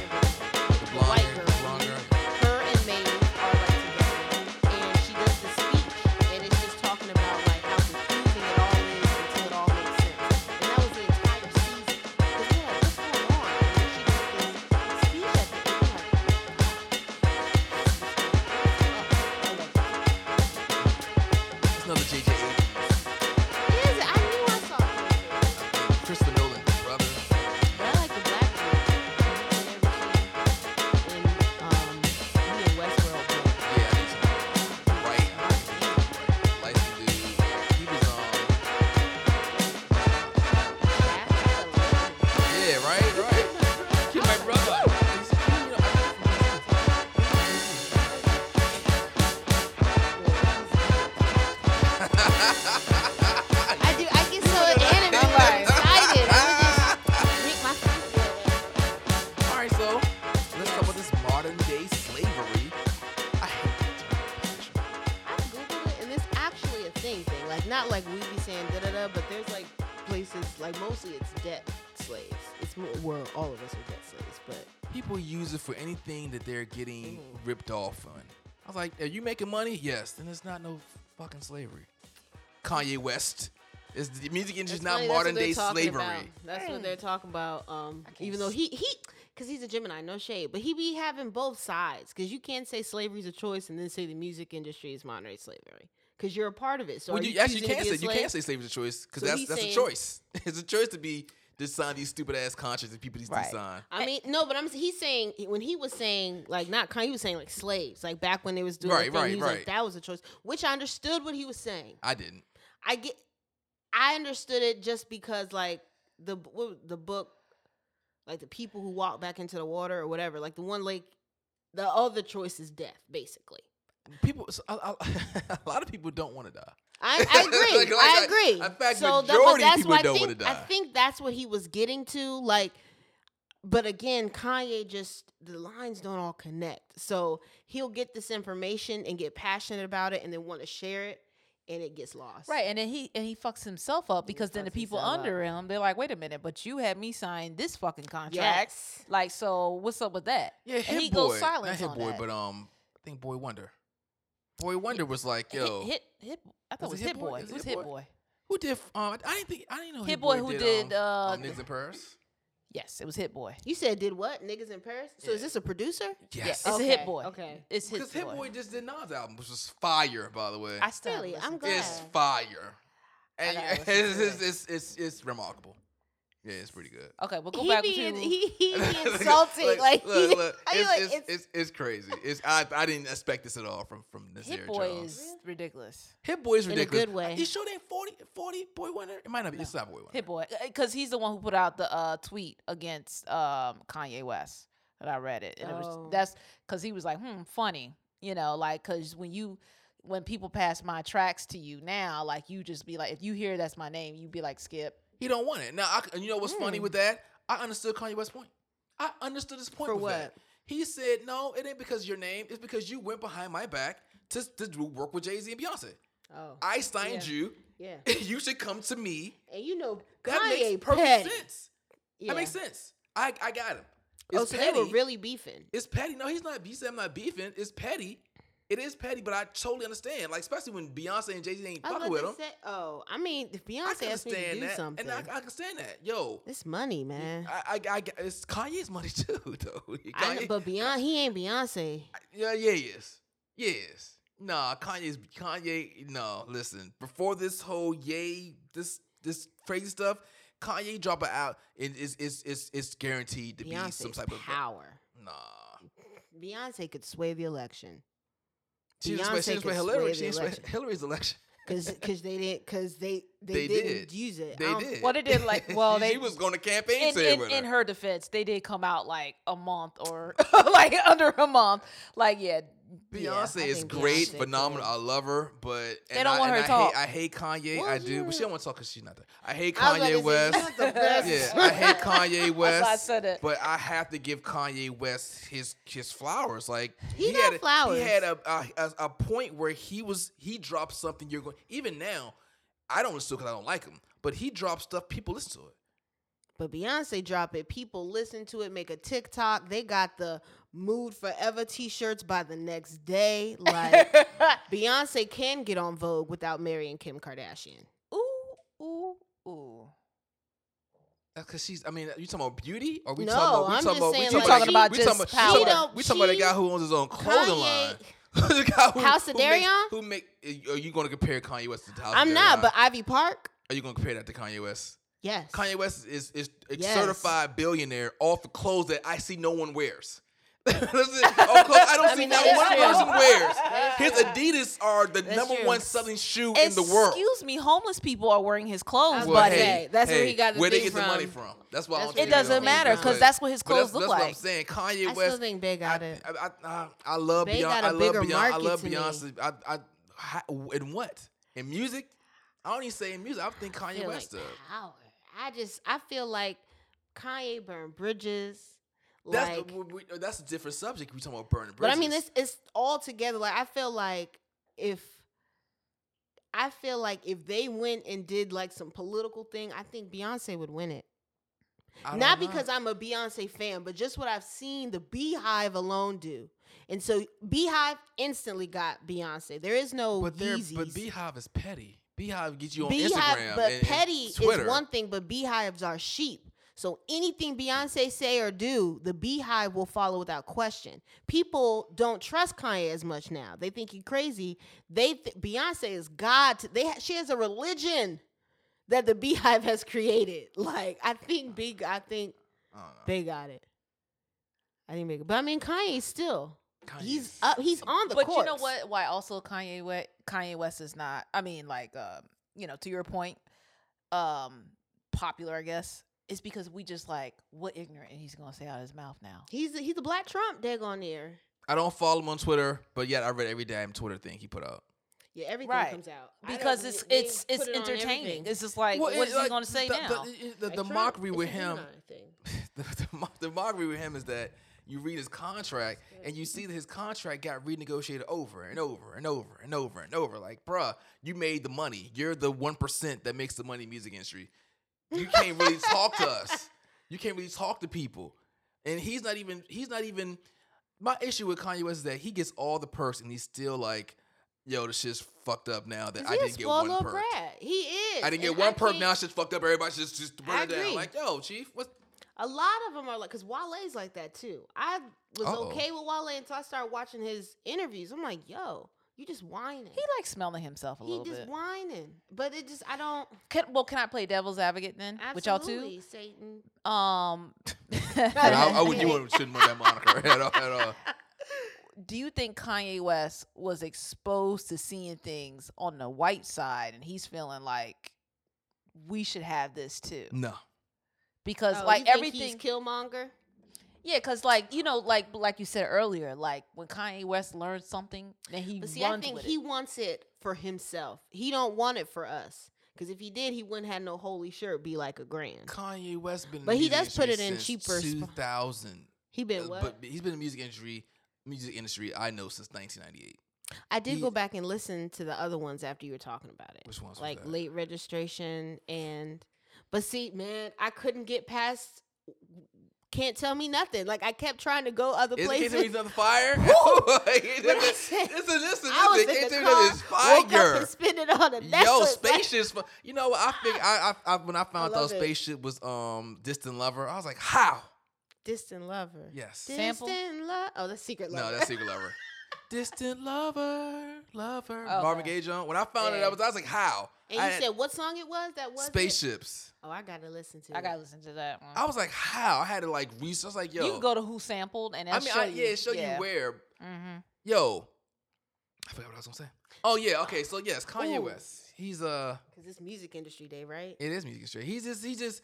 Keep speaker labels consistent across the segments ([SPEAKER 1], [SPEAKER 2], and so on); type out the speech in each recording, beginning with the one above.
[SPEAKER 1] White girl.
[SPEAKER 2] Longer.
[SPEAKER 1] her and Mae are like together, and she does the speech, and it's just talking about like how confusing it all is until it all makes sense. And that was the entire season. 'Cause we're like, what's going on? And then she does this speech at the end, like, oh, I love it.
[SPEAKER 2] It's another JJ Abrams.
[SPEAKER 1] Is it? I knew I saw it.
[SPEAKER 2] Christopher Nolan, brother.
[SPEAKER 1] But I like the black dude and everything. And um, he in Westworld, but
[SPEAKER 2] Yeah, he's right. Life dude. He was um.
[SPEAKER 1] that's
[SPEAKER 2] Yeah, right, right. Kid my brother. He's- you know, I-
[SPEAKER 1] a lot. I do. I get so animated,
[SPEAKER 3] I'm
[SPEAKER 1] excited. I would just make my feet feel that.
[SPEAKER 2] All right, so let's talk about this modern day slavery. I hate that term. Passion.
[SPEAKER 1] I Google it, and it's actually a thing thing. Like not like we be saying da da da, but there's like places like mostly it's debt slaves. It's more well, all of us are debt slaves, but
[SPEAKER 2] People use it for anything that they're getting
[SPEAKER 1] Mhm.
[SPEAKER 2] ripped off on. I was like, are you making money? Yes. Then there's not no fucking slavery. Kanye West. Is the music industry's
[SPEAKER 1] It's
[SPEAKER 2] not
[SPEAKER 1] funny, that's what
[SPEAKER 2] modern
[SPEAKER 1] they're
[SPEAKER 2] day
[SPEAKER 1] talking
[SPEAKER 2] slavery.
[SPEAKER 1] about. That's what they're talking about. Um, even though he he, because he's a Gemini, no shade, but he be having both sides. Because you can't say slavery's a choice and then say the music industry is modern day slavery. Because you're a part of it. So
[SPEAKER 2] well,
[SPEAKER 1] are
[SPEAKER 2] you,
[SPEAKER 1] you
[SPEAKER 2] actually
[SPEAKER 1] choosing to
[SPEAKER 2] can't
[SPEAKER 1] be
[SPEAKER 2] say
[SPEAKER 1] a
[SPEAKER 2] you
[SPEAKER 1] slave?
[SPEAKER 2] can't say slavery's a choice because
[SPEAKER 1] So
[SPEAKER 2] that's
[SPEAKER 1] he's
[SPEAKER 2] that's a
[SPEAKER 1] saying-
[SPEAKER 2] choice. It's a choice to be to sign these stupid ass contracts that people these
[SPEAKER 3] Right.
[SPEAKER 2] sign.
[SPEAKER 1] I mean, no, but I'm he's saying when he was saying like not Kanye he was saying like slaves, like back when they was doing
[SPEAKER 2] Right,
[SPEAKER 1] the thing,
[SPEAKER 2] right,
[SPEAKER 1] he was
[SPEAKER 2] right.
[SPEAKER 1] like that was a choice, which I understood what he was saying.
[SPEAKER 2] I didn't.
[SPEAKER 1] I get, I understood it just because like the what, the book, like the people who walk back into the water or whatever, like the one like the other choice is death, basically.
[SPEAKER 2] People, so, I, I, a lot of people don't want to die.
[SPEAKER 1] I, I agree.
[SPEAKER 2] Like- like I-
[SPEAKER 1] I agree.
[SPEAKER 2] in fact,
[SPEAKER 1] so that, but
[SPEAKER 2] majority
[SPEAKER 1] that's
[SPEAKER 2] people
[SPEAKER 1] what
[SPEAKER 2] don't
[SPEAKER 1] I think.
[SPEAKER 2] wanna
[SPEAKER 1] I
[SPEAKER 2] die.
[SPEAKER 1] think that's what he was getting to. Like, but again, Kanye just the lines don't all connect. So he'll get this information and get passionate about it, and then want to share it, and it gets lost.
[SPEAKER 3] Right, and then he and he fucks himself up because then the
[SPEAKER 1] fucks
[SPEAKER 3] people
[SPEAKER 1] himself up.
[SPEAKER 3] under him they're like, wait a minute, but you had me sign this fucking contract.
[SPEAKER 1] Yes.
[SPEAKER 3] Like, so what's up with that?
[SPEAKER 2] Yeah,
[SPEAKER 3] and
[SPEAKER 2] Hit
[SPEAKER 3] he
[SPEAKER 2] Boy,
[SPEAKER 3] goes silent
[SPEAKER 2] not Hit
[SPEAKER 3] on
[SPEAKER 2] Boy,
[SPEAKER 3] that.
[SPEAKER 2] but um, I think Boy Wonder. Boy Wonder was like,
[SPEAKER 3] Hit-
[SPEAKER 2] yo,
[SPEAKER 3] hit, hit, I thought it was Hit Boy. It was Hit Boy.
[SPEAKER 2] who did? Um, I didn't think I didn't know
[SPEAKER 3] Hit Boy who
[SPEAKER 2] um,
[SPEAKER 3] did, uh,
[SPEAKER 2] um, Niggas in Paris.
[SPEAKER 3] Yes, it was Hit Boy.
[SPEAKER 1] You said did what? Niggas in Paris. So is
[SPEAKER 2] Yeah.
[SPEAKER 1] this a producer?
[SPEAKER 3] Yeah,
[SPEAKER 2] Yes,
[SPEAKER 3] it's a Hit
[SPEAKER 1] Okay,
[SPEAKER 3] Boy.
[SPEAKER 1] okay.
[SPEAKER 3] it's Hit
[SPEAKER 2] because Hit
[SPEAKER 3] Boy.
[SPEAKER 2] Boy just did Nas album, which was fire, by the way.
[SPEAKER 3] I still
[SPEAKER 1] Really?
[SPEAKER 3] haven't
[SPEAKER 1] I'm
[SPEAKER 3] listened to it.
[SPEAKER 2] It's
[SPEAKER 1] Yeah.
[SPEAKER 2] fire. And
[SPEAKER 3] gotta
[SPEAKER 2] it's,
[SPEAKER 3] listen to
[SPEAKER 2] it's,
[SPEAKER 3] it.
[SPEAKER 2] it's, it's, it's remarkable. Yeah, it's pretty good.
[SPEAKER 3] Okay, we'll go
[SPEAKER 1] He
[SPEAKER 3] back
[SPEAKER 1] be,
[SPEAKER 3] to
[SPEAKER 1] he, he be insulting. like,
[SPEAKER 2] look,
[SPEAKER 1] he-
[SPEAKER 2] look,
[SPEAKER 1] I mean,
[SPEAKER 2] it's,
[SPEAKER 1] like,
[SPEAKER 2] it's, it's, it's, crazy. It's I, I didn't expect this at all from from this
[SPEAKER 3] Hit
[SPEAKER 2] era,
[SPEAKER 3] Boy
[SPEAKER 2] Charles.
[SPEAKER 3] is ridiculous.
[SPEAKER 2] Hit Boy is
[SPEAKER 1] In a
[SPEAKER 2] ridiculous.
[SPEAKER 1] good way.
[SPEAKER 2] You sure they 40, 40 Boy Wonder? It might not be. It's not Boy Wonder.
[SPEAKER 3] Hit Boy, because he's the one who put out the uh, tweet against um, Kanye West, and I read it, and it
[SPEAKER 1] Oh.
[SPEAKER 3] was that's because he was like, "Hmm, funny," you know, like because when you when people pass my tracks to you now, like you just be like, if you hear that's my name, you be like, "Skip."
[SPEAKER 2] He don't want it. Now, I, and you know what's
[SPEAKER 1] Hmm.
[SPEAKER 2] funny with that? I understood Kanye West's point. I understood his point
[SPEAKER 1] For
[SPEAKER 2] with that.
[SPEAKER 1] what?
[SPEAKER 2] He said, "No, it ain't because your name. It's because you went behind my back to to do work with Jay Z and Beyonce.
[SPEAKER 1] oh,
[SPEAKER 2] I signed
[SPEAKER 1] Yeah.
[SPEAKER 2] you.
[SPEAKER 1] yeah.
[SPEAKER 2] you should come to me.
[SPEAKER 1] And you know,
[SPEAKER 2] That
[SPEAKER 1] Kanye
[SPEAKER 2] makes perfect
[SPEAKER 1] petty.
[SPEAKER 2] sense.
[SPEAKER 1] Yeah.
[SPEAKER 2] That makes sense. I I got him. It's
[SPEAKER 1] Oh, so they were
[SPEAKER 2] petty.
[SPEAKER 1] really beefing.
[SPEAKER 2] It's petty. No, he's not. He said I'm not beefing. It's petty. It is petty, but I totally understand. Like especially when Beyonce and Jay Z ain't
[SPEAKER 1] I was
[SPEAKER 2] fucking
[SPEAKER 1] about
[SPEAKER 2] with
[SPEAKER 1] to
[SPEAKER 2] him.
[SPEAKER 1] say, oh, I mean, if
[SPEAKER 2] I
[SPEAKER 1] Beyonce
[SPEAKER 2] can
[SPEAKER 1] asked me to
[SPEAKER 2] understand
[SPEAKER 1] do
[SPEAKER 2] that,
[SPEAKER 1] something,
[SPEAKER 2] and I, I can understand that. Yo,
[SPEAKER 1] it's money, man.
[SPEAKER 2] I, I, I get- it's Kanye's money too, though.
[SPEAKER 1] I know,
[SPEAKER 2] Kanye-
[SPEAKER 1] but Beyonce, he ain't Beyonce.
[SPEAKER 2] yeah, yeah, yes, yes. Nah, Kanye's Kanye. No, listen. Before this whole yay, this this crazy stuff, Kanye dropping out is is is is, is guaranteed to be some
[SPEAKER 1] Beyonce's
[SPEAKER 2] type of
[SPEAKER 1] power.
[SPEAKER 2] nah.
[SPEAKER 1] Beyonce could sway the election
[SPEAKER 2] She just went.
[SPEAKER 1] Beyonce
[SPEAKER 2] She just
[SPEAKER 1] could
[SPEAKER 2] went
[SPEAKER 1] sway
[SPEAKER 2] Hillary.
[SPEAKER 1] the
[SPEAKER 2] She just went
[SPEAKER 1] election.
[SPEAKER 2] Hillary's election.
[SPEAKER 1] because they didn't because they
[SPEAKER 2] They
[SPEAKER 1] they, didn't
[SPEAKER 2] did.
[SPEAKER 1] use it. Um, I
[SPEAKER 2] They
[SPEAKER 1] don't-
[SPEAKER 2] did.
[SPEAKER 3] Well, they did, like- well,
[SPEAKER 2] she,
[SPEAKER 3] they-
[SPEAKER 2] she was going to campaign
[SPEAKER 3] in,
[SPEAKER 2] say
[SPEAKER 3] in,
[SPEAKER 2] with
[SPEAKER 3] in
[SPEAKER 2] her.
[SPEAKER 3] her defense, they did come out like a month or like under a month. Like, yeah. yeah,
[SPEAKER 2] Beyonce
[SPEAKER 1] I
[SPEAKER 2] is
[SPEAKER 1] think
[SPEAKER 2] great,
[SPEAKER 1] Beyonce did.
[SPEAKER 2] phenomenal. I love her, but and
[SPEAKER 3] don't
[SPEAKER 2] I,
[SPEAKER 3] want
[SPEAKER 2] and
[SPEAKER 3] her to
[SPEAKER 2] I
[SPEAKER 3] talk.
[SPEAKER 2] Hate, I hate Kanye.
[SPEAKER 1] Well,
[SPEAKER 2] I do, but she
[SPEAKER 1] yeah.
[SPEAKER 2] don't want to talk because she's not there. I hate
[SPEAKER 1] I was about to
[SPEAKER 2] Kanye
[SPEAKER 1] say, you're
[SPEAKER 2] West.
[SPEAKER 1] not the best.
[SPEAKER 2] Yeah, I hate Kanye
[SPEAKER 3] That's why I
[SPEAKER 2] West.
[SPEAKER 3] said it.
[SPEAKER 2] But I have to give Kanye West his his flowers. Like
[SPEAKER 1] He got
[SPEAKER 2] had a,
[SPEAKER 1] flowers.
[SPEAKER 2] He had a, a, a a point where he was he dropped something. You're going even now. I don't listen because I don't like him, but he dropped stuff. People listen to it.
[SPEAKER 1] But Beyonce drop it. People listen to it, make a TikTok. They got the Mood Forever t shirts by the next day. Like, Beyonce can get on Vogue without marrying Kim Kardashian.
[SPEAKER 3] ooh, ooh, ooh.
[SPEAKER 2] That's because she's. I mean, you talking about beauty, or we
[SPEAKER 1] No,
[SPEAKER 2] talking about? We
[SPEAKER 1] I'm
[SPEAKER 2] talking
[SPEAKER 1] just
[SPEAKER 2] about? We
[SPEAKER 1] saying,
[SPEAKER 2] talking,
[SPEAKER 1] like,
[SPEAKER 2] we
[SPEAKER 3] she-
[SPEAKER 2] talking about,
[SPEAKER 3] she
[SPEAKER 2] we
[SPEAKER 1] don't-
[SPEAKER 2] talking about, we talking about
[SPEAKER 1] she-
[SPEAKER 2] the guy who owns his own clothing
[SPEAKER 1] Kanye-
[SPEAKER 2] line. the guy who,
[SPEAKER 1] House
[SPEAKER 2] who
[SPEAKER 1] of
[SPEAKER 2] makes-
[SPEAKER 1] Darion?
[SPEAKER 2] Who make? Are you going to compare Kanye West to the House? of
[SPEAKER 1] I'm not,
[SPEAKER 2] Darion?
[SPEAKER 1] but Ivy Park,
[SPEAKER 2] are you going to compare that to Kanye West?
[SPEAKER 1] yes.
[SPEAKER 2] Kanye West is is a
[SPEAKER 1] Yes.
[SPEAKER 2] certified billionaire off the clothes that I see no one wears. Listen, off clothes I don't
[SPEAKER 1] I
[SPEAKER 2] see
[SPEAKER 1] mean,
[SPEAKER 2] not
[SPEAKER 1] that is
[SPEAKER 2] one
[SPEAKER 1] true.
[SPEAKER 2] person wears.
[SPEAKER 1] That
[SPEAKER 2] His
[SPEAKER 1] is
[SPEAKER 2] Adidas are the
[SPEAKER 1] That's
[SPEAKER 2] number
[SPEAKER 1] true.
[SPEAKER 2] one selling shoe in
[SPEAKER 3] Excuse
[SPEAKER 2] the world.
[SPEAKER 3] me, homeless people are wearing his clothes,
[SPEAKER 1] Well,
[SPEAKER 3] buddy.
[SPEAKER 1] hey, that's where he got the
[SPEAKER 2] Where they
[SPEAKER 1] thing
[SPEAKER 2] get the money
[SPEAKER 1] from.
[SPEAKER 2] from? That's why I
[SPEAKER 1] That's
[SPEAKER 2] don't
[SPEAKER 1] where
[SPEAKER 3] it
[SPEAKER 2] think they
[SPEAKER 3] doesn't
[SPEAKER 2] know.
[SPEAKER 3] matter
[SPEAKER 1] That's
[SPEAKER 3] because
[SPEAKER 1] what-
[SPEAKER 3] that's what his
[SPEAKER 2] But that's,
[SPEAKER 3] clothes look
[SPEAKER 2] that's what I'm
[SPEAKER 3] like.
[SPEAKER 2] saying. Kanye
[SPEAKER 1] I
[SPEAKER 2] West.
[SPEAKER 1] still think Bey got it.
[SPEAKER 2] I, I, I, I love
[SPEAKER 1] They
[SPEAKER 2] Beyonce.
[SPEAKER 1] got a
[SPEAKER 2] I love
[SPEAKER 1] bigger
[SPEAKER 2] Beyonce. I
[SPEAKER 1] market
[SPEAKER 2] love
[SPEAKER 1] to me.
[SPEAKER 2] Beyonce. I, I, how- in what? In music? I don't even say in music. I think Kanye
[SPEAKER 1] feel
[SPEAKER 2] West
[SPEAKER 1] like
[SPEAKER 2] does.
[SPEAKER 1] power. I just I feel like Kanye burned bridges.
[SPEAKER 2] That's,
[SPEAKER 1] like,
[SPEAKER 2] we- we- that's a different subject. We talking about burning
[SPEAKER 1] but
[SPEAKER 2] bridges.
[SPEAKER 1] I mean, it's it's all together. Like I feel like if I feel like if they went and did like some political thing, I think Beyonce would win it.
[SPEAKER 2] I don't
[SPEAKER 1] Not
[SPEAKER 2] know.
[SPEAKER 1] because I'm a Beyonce fan, but just what I've seen the Beehive alone do. And so Beehive instantly got Beyonce. There is no
[SPEAKER 2] But they're but
[SPEAKER 1] Yeezys.
[SPEAKER 2] Beehive is petty. Beehive gets you on Instagram.
[SPEAKER 1] Beehive, but
[SPEAKER 2] and- and
[SPEAKER 1] petty
[SPEAKER 2] Twitter.
[SPEAKER 1] is one thing, but beehives are sheep. So anything Beyonce say or do, the beehive will follow without question. People don't trust Kanye as much now. They think he crazy. They th- Beyonce is God. To, they ha- she has a religion that the beehive has created. Like I think big, I think
[SPEAKER 2] I don't know.
[SPEAKER 1] they got it. I think big, but I mean Kanye still.
[SPEAKER 2] Kanye
[SPEAKER 1] He's
[SPEAKER 2] is-
[SPEAKER 1] up. He's on the
[SPEAKER 3] but
[SPEAKER 1] court.
[SPEAKER 3] you know what? Why also Kanye West, Kanye West is not. I mean, like, um, you know, to your point, um, popular. I guess is because we just like what ignorant he's gonna say out of his mouth now.
[SPEAKER 1] He's a, he's a black Trump. Dig on there.
[SPEAKER 2] I don't follow him on Twitter, but yet I read every damn Twitter thing he put out.
[SPEAKER 1] Yeah, everything
[SPEAKER 3] Right.
[SPEAKER 1] comes out I don't-
[SPEAKER 3] Because it's
[SPEAKER 1] they- they
[SPEAKER 3] it's it's
[SPEAKER 1] put it on
[SPEAKER 3] entertaining.
[SPEAKER 1] everything.
[SPEAKER 3] It's just like
[SPEAKER 2] Well, it-
[SPEAKER 3] what is he
[SPEAKER 2] like,
[SPEAKER 3] gonna say
[SPEAKER 2] the,
[SPEAKER 3] now?
[SPEAKER 2] The, the, the
[SPEAKER 1] Like Trump,
[SPEAKER 2] mockery
[SPEAKER 1] it's
[SPEAKER 2] with
[SPEAKER 1] a
[SPEAKER 2] him.
[SPEAKER 1] Gemini thing.
[SPEAKER 2] the, the, mo- the mockery with him is that you read his contract and you see that his contract got renegotiated over and over and over and over and over. Like, bruh, you made the money. You're the one percent that makes the money in the music industry. You can't really talk to us. You can't really talk to people. And he's not even. He's not even. My issue with Kanye West is that he gets all the perks and he's still like, "Yo, this shit's fucked up now that I
[SPEAKER 1] He a
[SPEAKER 2] didn't get
[SPEAKER 1] spoiled
[SPEAKER 2] one
[SPEAKER 1] little
[SPEAKER 2] perk.
[SPEAKER 1] brat. He is.
[SPEAKER 2] I didn't
[SPEAKER 1] and
[SPEAKER 2] get one perk.
[SPEAKER 1] can't-
[SPEAKER 2] Now shit's fucked up. Everybody's just just burn
[SPEAKER 1] I
[SPEAKER 2] it down.
[SPEAKER 1] agree.
[SPEAKER 2] Like, yo, chief, what's
[SPEAKER 1] A lot of them are like, because Wale's like that too. I was
[SPEAKER 2] Uh-oh.
[SPEAKER 1] okay with Wale until I started watching his interviews. I'm like, yo, you just whining.
[SPEAKER 3] He likes smelling himself a
[SPEAKER 1] He
[SPEAKER 3] little
[SPEAKER 1] just
[SPEAKER 3] bit.
[SPEAKER 1] whining. But it just, I don't.
[SPEAKER 3] Can, well, can I play devil's advocate then with y'all
[SPEAKER 1] Absolutely,
[SPEAKER 3] too?
[SPEAKER 1] Satan.
[SPEAKER 3] Um,
[SPEAKER 2] And I, I wouldn't, you wouldn't, shouldn't want that moniker at all. At all.
[SPEAKER 3] do you think Kanye West was exposed to seeing things on the white side and he's feeling like we should have this too?
[SPEAKER 2] No.
[SPEAKER 3] Because
[SPEAKER 1] Oh,
[SPEAKER 3] like
[SPEAKER 1] you think
[SPEAKER 3] everything
[SPEAKER 1] He's Killmonger.
[SPEAKER 3] Yeah, because like, you know, like like you said earlier, like when Kanye West learns something, then he
[SPEAKER 1] But see, I
[SPEAKER 3] runs
[SPEAKER 1] think
[SPEAKER 3] with
[SPEAKER 1] he
[SPEAKER 3] it.
[SPEAKER 1] wants it for himself. He don't want it for us. Because if he did, he wouldn't have no holy shirt be like a grand.
[SPEAKER 2] Kanye West been. in
[SPEAKER 1] But
[SPEAKER 2] the
[SPEAKER 1] he
[SPEAKER 2] music
[SPEAKER 1] does put
[SPEAKER 2] industry
[SPEAKER 1] it in
[SPEAKER 2] since
[SPEAKER 1] cheaper sp-
[SPEAKER 2] 2000.
[SPEAKER 1] He
[SPEAKER 2] Uh,
[SPEAKER 1] been what?
[SPEAKER 2] But he's been in the music industry, music industry. I know since 1998.
[SPEAKER 1] I did
[SPEAKER 2] He-
[SPEAKER 1] go back and listen to the other ones after you were talking about it.
[SPEAKER 2] Which ones was
[SPEAKER 1] Like
[SPEAKER 2] that?
[SPEAKER 1] late registration and but see, man, I couldn't get past can't tell me nothing. Like I kept trying to go other
[SPEAKER 2] Is it
[SPEAKER 1] places.
[SPEAKER 2] Can't Reason the Fire?
[SPEAKER 1] When
[SPEAKER 2] listen,
[SPEAKER 1] I
[SPEAKER 2] listen,
[SPEAKER 1] said-
[SPEAKER 2] listen, listen.
[SPEAKER 1] I was
[SPEAKER 2] Can't
[SPEAKER 1] in the
[SPEAKER 2] Tell Me
[SPEAKER 1] car,
[SPEAKER 2] Nothing's
[SPEAKER 1] woke
[SPEAKER 2] fire.
[SPEAKER 1] up and spent it on a Netflix.
[SPEAKER 2] Yo, spaceships. fu- You know what? I think I, I, I when I found out
[SPEAKER 1] love it.
[SPEAKER 2] spaceship was um distant lover, I was like, how?
[SPEAKER 1] Distant lover.
[SPEAKER 2] Yes.
[SPEAKER 3] Sample?
[SPEAKER 1] Distant love. Oh, that's secret
[SPEAKER 2] No,
[SPEAKER 1] lover.
[SPEAKER 2] that's Secret Lover. Distant lover, lover.
[SPEAKER 3] Oh,
[SPEAKER 2] Marvin
[SPEAKER 3] okay.
[SPEAKER 2] Gaye, John. When I found it, I
[SPEAKER 3] Yeah.
[SPEAKER 2] was, I was like, how?
[SPEAKER 1] and
[SPEAKER 2] I
[SPEAKER 1] you
[SPEAKER 2] had-
[SPEAKER 1] said what song it was? That was it?
[SPEAKER 2] spaceships.
[SPEAKER 1] Oh, I gotta listen to.
[SPEAKER 3] I
[SPEAKER 1] it.
[SPEAKER 3] gotta listen to that one.
[SPEAKER 2] I was like, how? I had to like research. I was like, yo.
[SPEAKER 3] you can go to who sampled and
[SPEAKER 2] I
[SPEAKER 3] that'll
[SPEAKER 2] mean,
[SPEAKER 3] show
[SPEAKER 2] I,
[SPEAKER 3] you.
[SPEAKER 2] yeah, show
[SPEAKER 3] yeah.
[SPEAKER 2] you where.
[SPEAKER 3] Mm-hmm.
[SPEAKER 2] Yo, I forgot what I was gonna say. Oh yeah, okay. So yes, Kanye
[SPEAKER 1] Ooh.
[SPEAKER 2] West. He's uh
[SPEAKER 1] Because it's music industry day, right?
[SPEAKER 2] It is music straight. He's just he's just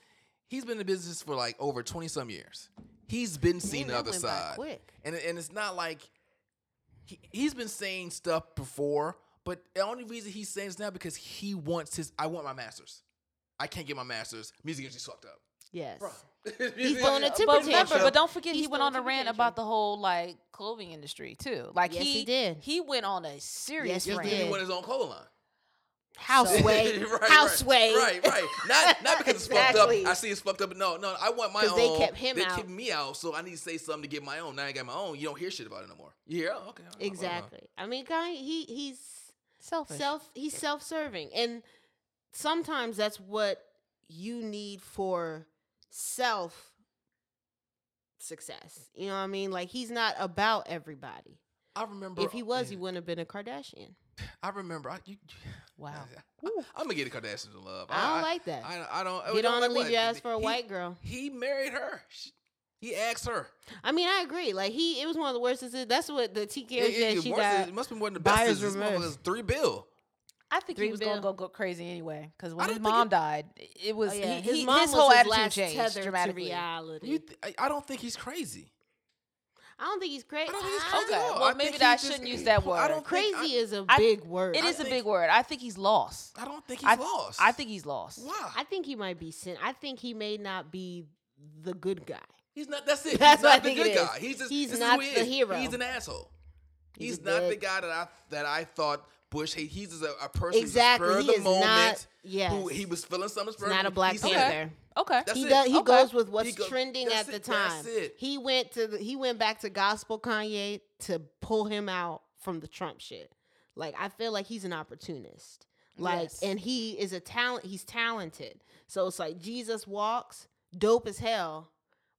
[SPEAKER 2] he's been in the business for like over twenty some years. He's been seen
[SPEAKER 1] Man,
[SPEAKER 2] the
[SPEAKER 1] that
[SPEAKER 2] other
[SPEAKER 1] went by
[SPEAKER 2] side,
[SPEAKER 1] quick.
[SPEAKER 2] and and it's not like he, he's been saying stuff before. But the only reason he's saying this now because he wants his. I want my masters. I can't get my masters. Music industry's fucked up.
[SPEAKER 1] Yes.
[SPEAKER 2] He's
[SPEAKER 1] throwing a temper
[SPEAKER 3] but remember,
[SPEAKER 1] tantrum.
[SPEAKER 3] but don't forget he
[SPEAKER 1] He's
[SPEAKER 3] went
[SPEAKER 1] throwing
[SPEAKER 3] on a
[SPEAKER 1] temper
[SPEAKER 3] rant
[SPEAKER 1] tantrum.
[SPEAKER 3] about the whole like clothing industry too. Like
[SPEAKER 1] Yes, he did.
[SPEAKER 3] He went on a serious
[SPEAKER 1] he
[SPEAKER 2] Yes,
[SPEAKER 3] rant.
[SPEAKER 2] because he
[SPEAKER 1] did.
[SPEAKER 2] won his own clothing line.
[SPEAKER 1] House way.
[SPEAKER 2] Right, right,
[SPEAKER 1] House way.
[SPEAKER 2] Right, right. Not not because it's
[SPEAKER 1] Exactly.
[SPEAKER 2] fucked up. I see it's fucked up. But no, no. I want my
[SPEAKER 1] 'Cause
[SPEAKER 2] own.
[SPEAKER 1] they kept him
[SPEAKER 2] They
[SPEAKER 1] out.
[SPEAKER 2] kicked me out, so I need to say something to get my own. Now I got my own. You don't hear shit about it no more. Yeah. Okay. all right, whatever.
[SPEAKER 1] Exactly. I mean, guy, he he's
[SPEAKER 3] Selfish.
[SPEAKER 1] self he's self-serving and sometimes that's what you need for self success you know what i mean like he's not about everybody
[SPEAKER 2] I remember
[SPEAKER 1] if he was he
[SPEAKER 2] yeah.
[SPEAKER 1] wouldn't have been a kardashian
[SPEAKER 2] I remember. I, you,
[SPEAKER 3] wow.
[SPEAKER 2] I, am gonna get the Kardashians some love.
[SPEAKER 1] i don't like that
[SPEAKER 2] Oh, I, I don't.
[SPEAKER 1] get
[SPEAKER 2] I'm
[SPEAKER 1] on
[SPEAKER 2] like,
[SPEAKER 1] and leave
[SPEAKER 2] what?
[SPEAKER 1] your ass for a
[SPEAKER 2] He-
[SPEAKER 1] white girl
[SPEAKER 2] He married her. She, he asked her.
[SPEAKER 1] i mean i agree like he it was one of the worst decisions. that's what the tk
[SPEAKER 2] It- it-
[SPEAKER 1] yeah,
[SPEAKER 2] it
[SPEAKER 1] she
[SPEAKER 2] worse-
[SPEAKER 1] got
[SPEAKER 2] it must be one of the
[SPEAKER 1] buyer's
[SPEAKER 2] best. This
[SPEAKER 1] remorse.
[SPEAKER 2] motherfucker's three bill.
[SPEAKER 3] I think
[SPEAKER 1] Three
[SPEAKER 3] he was gonna
[SPEAKER 1] bill.
[SPEAKER 3] go, go crazy anyway. Because
[SPEAKER 2] I
[SPEAKER 3] when his
[SPEAKER 2] don't think
[SPEAKER 3] mom
[SPEAKER 2] it-
[SPEAKER 3] died, it was
[SPEAKER 1] Oh, yeah.
[SPEAKER 3] he, he- his,
[SPEAKER 1] mom was
[SPEAKER 3] whole attitude
[SPEAKER 1] last
[SPEAKER 3] changed
[SPEAKER 1] tether
[SPEAKER 3] dramatically.
[SPEAKER 1] to reality
[SPEAKER 2] You th- I, I don't think he's crazy.
[SPEAKER 1] i don't think he's crazy
[SPEAKER 2] I don't think he's
[SPEAKER 1] I-
[SPEAKER 2] crazy at
[SPEAKER 3] Okay,
[SPEAKER 2] all.
[SPEAKER 3] well,
[SPEAKER 2] I
[SPEAKER 3] maybe
[SPEAKER 2] think
[SPEAKER 3] that I
[SPEAKER 2] he's just-
[SPEAKER 3] shouldn't use that
[SPEAKER 2] I
[SPEAKER 3] word.
[SPEAKER 2] don't think- I-
[SPEAKER 1] crazy is a
[SPEAKER 3] I-
[SPEAKER 1] big word
[SPEAKER 3] It
[SPEAKER 2] I
[SPEAKER 3] is a
[SPEAKER 2] think-
[SPEAKER 3] big word. I think he's lost.
[SPEAKER 2] I don't think he's
[SPEAKER 3] I-
[SPEAKER 2] lost.
[SPEAKER 3] I think he's lost.
[SPEAKER 2] Why?
[SPEAKER 1] I think he might be sin. I think he may not be the good guy.
[SPEAKER 2] he's not. That's it.
[SPEAKER 1] That's
[SPEAKER 2] he's
[SPEAKER 1] what
[SPEAKER 2] not
[SPEAKER 1] I think
[SPEAKER 2] the
[SPEAKER 1] it
[SPEAKER 2] good
[SPEAKER 1] is.
[SPEAKER 2] guy. He's just.
[SPEAKER 1] He's
[SPEAKER 2] this
[SPEAKER 1] not
[SPEAKER 2] is who he
[SPEAKER 1] the
[SPEAKER 2] is.
[SPEAKER 1] hero.
[SPEAKER 2] He's an asshole.
[SPEAKER 1] He's
[SPEAKER 2] He's,
[SPEAKER 1] a
[SPEAKER 2] not the
[SPEAKER 1] dick.
[SPEAKER 2] guy that I that I thought Bush. He, he's just a, a person who's
[SPEAKER 1] Exactly.
[SPEAKER 2] spur of
[SPEAKER 1] He
[SPEAKER 2] the
[SPEAKER 1] is
[SPEAKER 2] moment.
[SPEAKER 1] not- yes.
[SPEAKER 2] Who he was feeling something.
[SPEAKER 1] He's not a Black
[SPEAKER 2] said,
[SPEAKER 1] Panther.
[SPEAKER 3] Okay.
[SPEAKER 2] That's
[SPEAKER 1] he
[SPEAKER 2] it.
[SPEAKER 1] does. He
[SPEAKER 3] Okay.
[SPEAKER 1] goes with what's
[SPEAKER 2] He go-
[SPEAKER 1] trending
[SPEAKER 2] that's
[SPEAKER 1] at the
[SPEAKER 2] it,
[SPEAKER 1] time.
[SPEAKER 2] that's it.
[SPEAKER 1] He went to the, he went back to gospel Kanye to pull him out from the Trump shit. Like I feel like he's an opportunist. Like
[SPEAKER 3] Yes.
[SPEAKER 1] and he is a talent. He's talented. So it's like Jesus walks dope as hell.